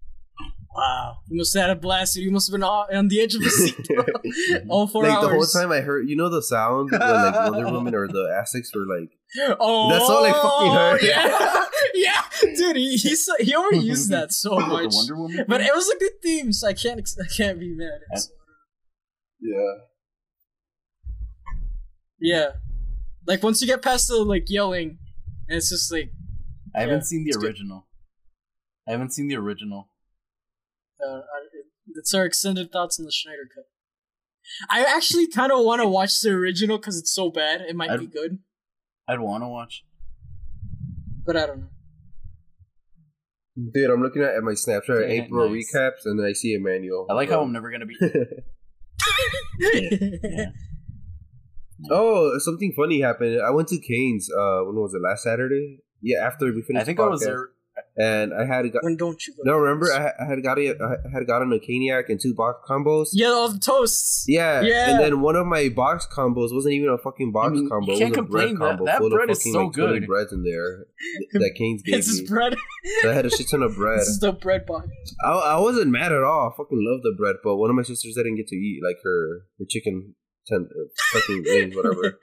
[SPEAKER 2] [laughs]
[SPEAKER 3] Wow. You must have had a blast. dude. You must have been on on the edge of a seat.
[SPEAKER 2] [laughs]
[SPEAKER 3] all [laughs] four
[SPEAKER 2] like
[SPEAKER 3] hours.
[SPEAKER 2] the whole time I heard, you know, the sound when like Wonder Woman or the Aztecs were
[SPEAKER 3] [laughs]
[SPEAKER 2] like,
[SPEAKER 3] Oh,
[SPEAKER 2] That's all I fucking heard.
[SPEAKER 3] Yeah, [laughs] yeah, dude. He he, s- he already used that so
[SPEAKER 1] What,
[SPEAKER 3] much.
[SPEAKER 1] [laughs] the Wonder Woman.
[SPEAKER 3] But
[SPEAKER 1] thing?
[SPEAKER 3] it was a good theme, so I can't ex- I can't be mad. at it.
[SPEAKER 2] yeah,
[SPEAKER 3] Yeah, like once you get past the like yelling, and it's just like
[SPEAKER 1] I
[SPEAKER 3] yeah,
[SPEAKER 1] haven't seen the
[SPEAKER 3] it's good.
[SPEAKER 1] original. I haven't seen the original.
[SPEAKER 3] uh, I- it's our extended thoughts on the Schneider cut. I actually kind of want to watch the original because it's so bad. It might
[SPEAKER 1] I-
[SPEAKER 3] be good,
[SPEAKER 1] I'd want to watch.
[SPEAKER 3] but I don't know.
[SPEAKER 2] dude. I'm looking at, at my Snapchat
[SPEAKER 1] Yeah,
[SPEAKER 2] April
[SPEAKER 1] nice.
[SPEAKER 2] recaps, and then I see Emmanuel.
[SPEAKER 1] I like how I'm
[SPEAKER 2] Um,
[SPEAKER 1] never gonna be.
[SPEAKER 3] [laughs]
[SPEAKER 1] Yeah.
[SPEAKER 2] oh, something funny happened. I went to Kane's. Uh, when was it? Last Saturday. Yeah, after we finished.
[SPEAKER 1] I think
[SPEAKER 2] the
[SPEAKER 1] I was
[SPEAKER 2] podcast.
[SPEAKER 1] there.
[SPEAKER 2] and I had got
[SPEAKER 4] When don't you go?
[SPEAKER 2] no remember I, ha- I had got a, I had gotten a Caniac and two box combos.
[SPEAKER 3] Yeah, all the toasts.
[SPEAKER 2] Yeah.
[SPEAKER 3] Yeah.
[SPEAKER 2] and then one of my box combos wasn't even a fucking box
[SPEAKER 1] I mean,
[SPEAKER 2] combo.
[SPEAKER 1] you
[SPEAKER 2] It
[SPEAKER 1] can't
[SPEAKER 2] was a bread
[SPEAKER 1] complain. That-
[SPEAKER 2] combo
[SPEAKER 1] that
[SPEAKER 2] full
[SPEAKER 1] bread
[SPEAKER 2] of
[SPEAKER 1] is
[SPEAKER 2] fucking
[SPEAKER 1] so
[SPEAKER 2] like 20
[SPEAKER 1] good.
[SPEAKER 2] breads in
[SPEAKER 1] [laughs]
[SPEAKER 2] there that Keynes gave
[SPEAKER 3] [laughs] It's his
[SPEAKER 2] me.
[SPEAKER 3] bread. [laughs]
[SPEAKER 2] So I had a shit ton of bread.
[SPEAKER 4] This is the bread
[SPEAKER 2] [laughs]
[SPEAKER 4] box.
[SPEAKER 2] I, I wasn't mad at all. I fucking love the bread, but one of my sisters didn't get to eat like her her chicken tender, fucking
[SPEAKER 1] [laughs]
[SPEAKER 2] wings,
[SPEAKER 3] [laughs]
[SPEAKER 2] whatever.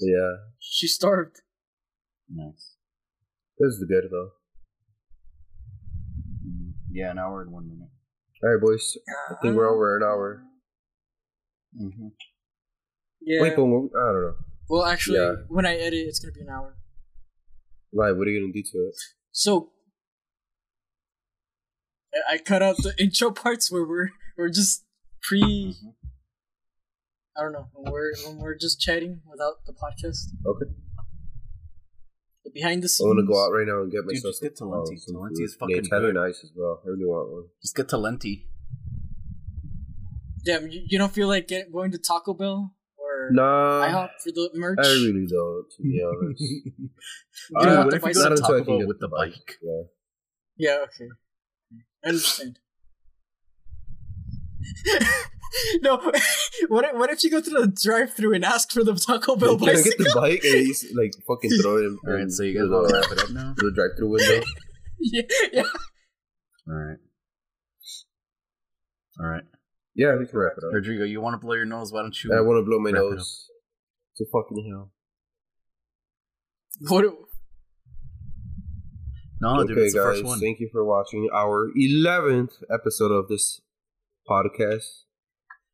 [SPEAKER 2] Yeah,
[SPEAKER 4] She starved.
[SPEAKER 1] Nice.
[SPEAKER 2] this is good though.
[SPEAKER 1] Mm, Yeah, an hour and one minute.
[SPEAKER 2] All right, boys. I think
[SPEAKER 1] Ah.
[SPEAKER 2] we're over an hour.
[SPEAKER 1] Mm-hmm.
[SPEAKER 4] Yeah.
[SPEAKER 2] Wait, but we're- I don't know.
[SPEAKER 3] Well, actually,
[SPEAKER 2] Yeah.
[SPEAKER 3] when I edit, it's gonna be an hour.
[SPEAKER 2] Why? What are you gonna do to it?
[SPEAKER 3] So I- I cut out the [laughs] intro parts where we're we're just pre.
[SPEAKER 2] Mm-hmm.
[SPEAKER 3] I don't know when we're when we're just chatting without the podcast.
[SPEAKER 2] Okay.
[SPEAKER 3] The behind the scenes.
[SPEAKER 2] I'm gonna go out right now and get
[SPEAKER 1] Dude,
[SPEAKER 2] myself.
[SPEAKER 1] just get
[SPEAKER 2] some-
[SPEAKER 1] Talenti.
[SPEAKER 2] oh, some
[SPEAKER 1] Talenti
[SPEAKER 2] food.
[SPEAKER 1] is fucking
[SPEAKER 2] Yeah, Tyler
[SPEAKER 1] good.
[SPEAKER 2] nice as well. I really want one.
[SPEAKER 1] Just get to Lenti.
[SPEAKER 3] Damn, you, you don't feel like get, going to Taco Bell or
[SPEAKER 2] Nah,
[SPEAKER 3] IHOP for the merch?
[SPEAKER 2] Uh, I really don't.
[SPEAKER 1] [laughs]
[SPEAKER 2] To be honest.
[SPEAKER 1] Dude,
[SPEAKER 2] Alright,
[SPEAKER 1] what
[SPEAKER 2] but
[SPEAKER 1] if
[SPEAKER 2] if
[SPEAKER 1] you
[SPEAKER 2] it's
[SPEAKER 1] go
[SPEAKER 2] not
[SPEAKER 1] to
[SPEAKER 2] until I
[SPEAKER 1] Taco
[SPEAKER 2] can
[SPEAKER 1] Bell
[SPEAKER 2] get
[SPEAKER 1] with
[SPEAKER 2] the
[SPEAKER 1] the bike?
[SPEAKER 2] Yeah.
[SPEAKER 3] yeah. Okay. I understand. [laughs] no, [laughs] what if, what if you go to the drive-through and ask for the Taco Bell
[SPEAKER 2] Can I
[SPEAKER 3] bicycle? [laughs]
[SPEAKER 2] get
[SPEAKER 1] [laughs]
[SPEAKER 2] the bike and you, s- like fucking throw it in,
[SPEAKER 1] All right, so you guys
[SPEAKER 2] in
[SPEAKER 1] want to
[SPEAKER 2] the,
[SPEAKER 1] wrap it up now?
[SPEAKER 2] the
[SPEAKER 1] [laughs]
[SPEAKER 2] drive-through window?
[SPEAKER 3] yeah, yeah.
[SPEAKER 1] All right. All right,
[SPEAKER 2] Yeah, we can wrap it up.
[SPEAKER 1] Rodrigo, you want to blow your nose? Why don't you?
[SPEAKER 2] I want to blow my
[SPEAKER 1] Wrap it
[SPEAKER 2] nose. To fucking hell.
[SPEAKER 3] What? do-
[SPEAKER 1] no, dude,
[SPEAKER 2] okay,
[SPEAKER 1] it's the
[SPEAKER 2] guys.
[SPEAKER 1] first one.
[SPEAKER 2] Thank you for watching our 11th episode of this podcast.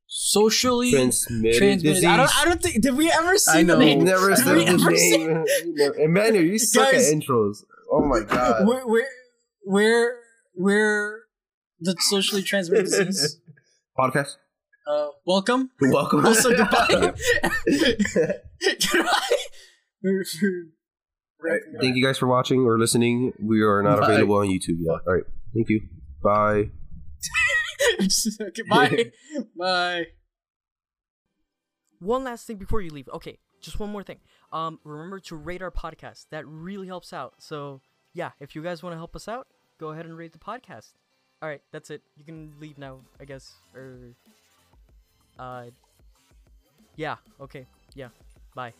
[SPEAKER 3] socially
[SPEAKER 2] Transmitted,
[SPEAKER 3] transmitted.
[SPEAKER 2] disease.
[SPEAKER 3] I don't, I don't think. Did we ever see
[SPEAKER 1] I
[SPEAKER 3] the
[SPEAKER 1] know.
[SPEAKER 2] We've
[SPEAKER 3] name?
[SPEAKER 2] never
[SPEAKER 3] Did
[SPEAKER 2] said
[SPEAKER 3] we
[SPEAKER 2] the
[SPEAKER 3] ever see-
[SPEAKER 2] name. We never- Emmanuel, you suck
[SPEAKER 3] Guys.
[SPEAKER 2] at intros. Oh my god.
[SPEAKER 3] [laughs] Where, where, where, where the socially
[SPEAKER 2] [laughs]
[SPEAKER 3] transmitted disease?
[SPEAKER 2] Podcast.
[SPEAKER 3] Uh, welcome.
[SPEAKER 2] Welcome. [laughs]
[SPEAKER 3] Also, goodbye. [laughs] goodbye. [laughs] We're- we're-
[SPEAKER 2] Thank you guys for watching or listening. We are not
[SPEAKER 1] Bye.
[SPEAKER 2] available on YouTube yet. All right. Thank you. Bye.
[SPEAKER 3] okay, bye. bye.
[SPEAKER 5] One last thing before you leave. Okay, just one more thing. Um, remember to rate our podcast. That really helps out. So yeah, if you guys want to help us out, go ahead and rate the podcast. All right, that's it. You can leave now, I guess. Or, uh, yeah. Okay. Yeah. Bye.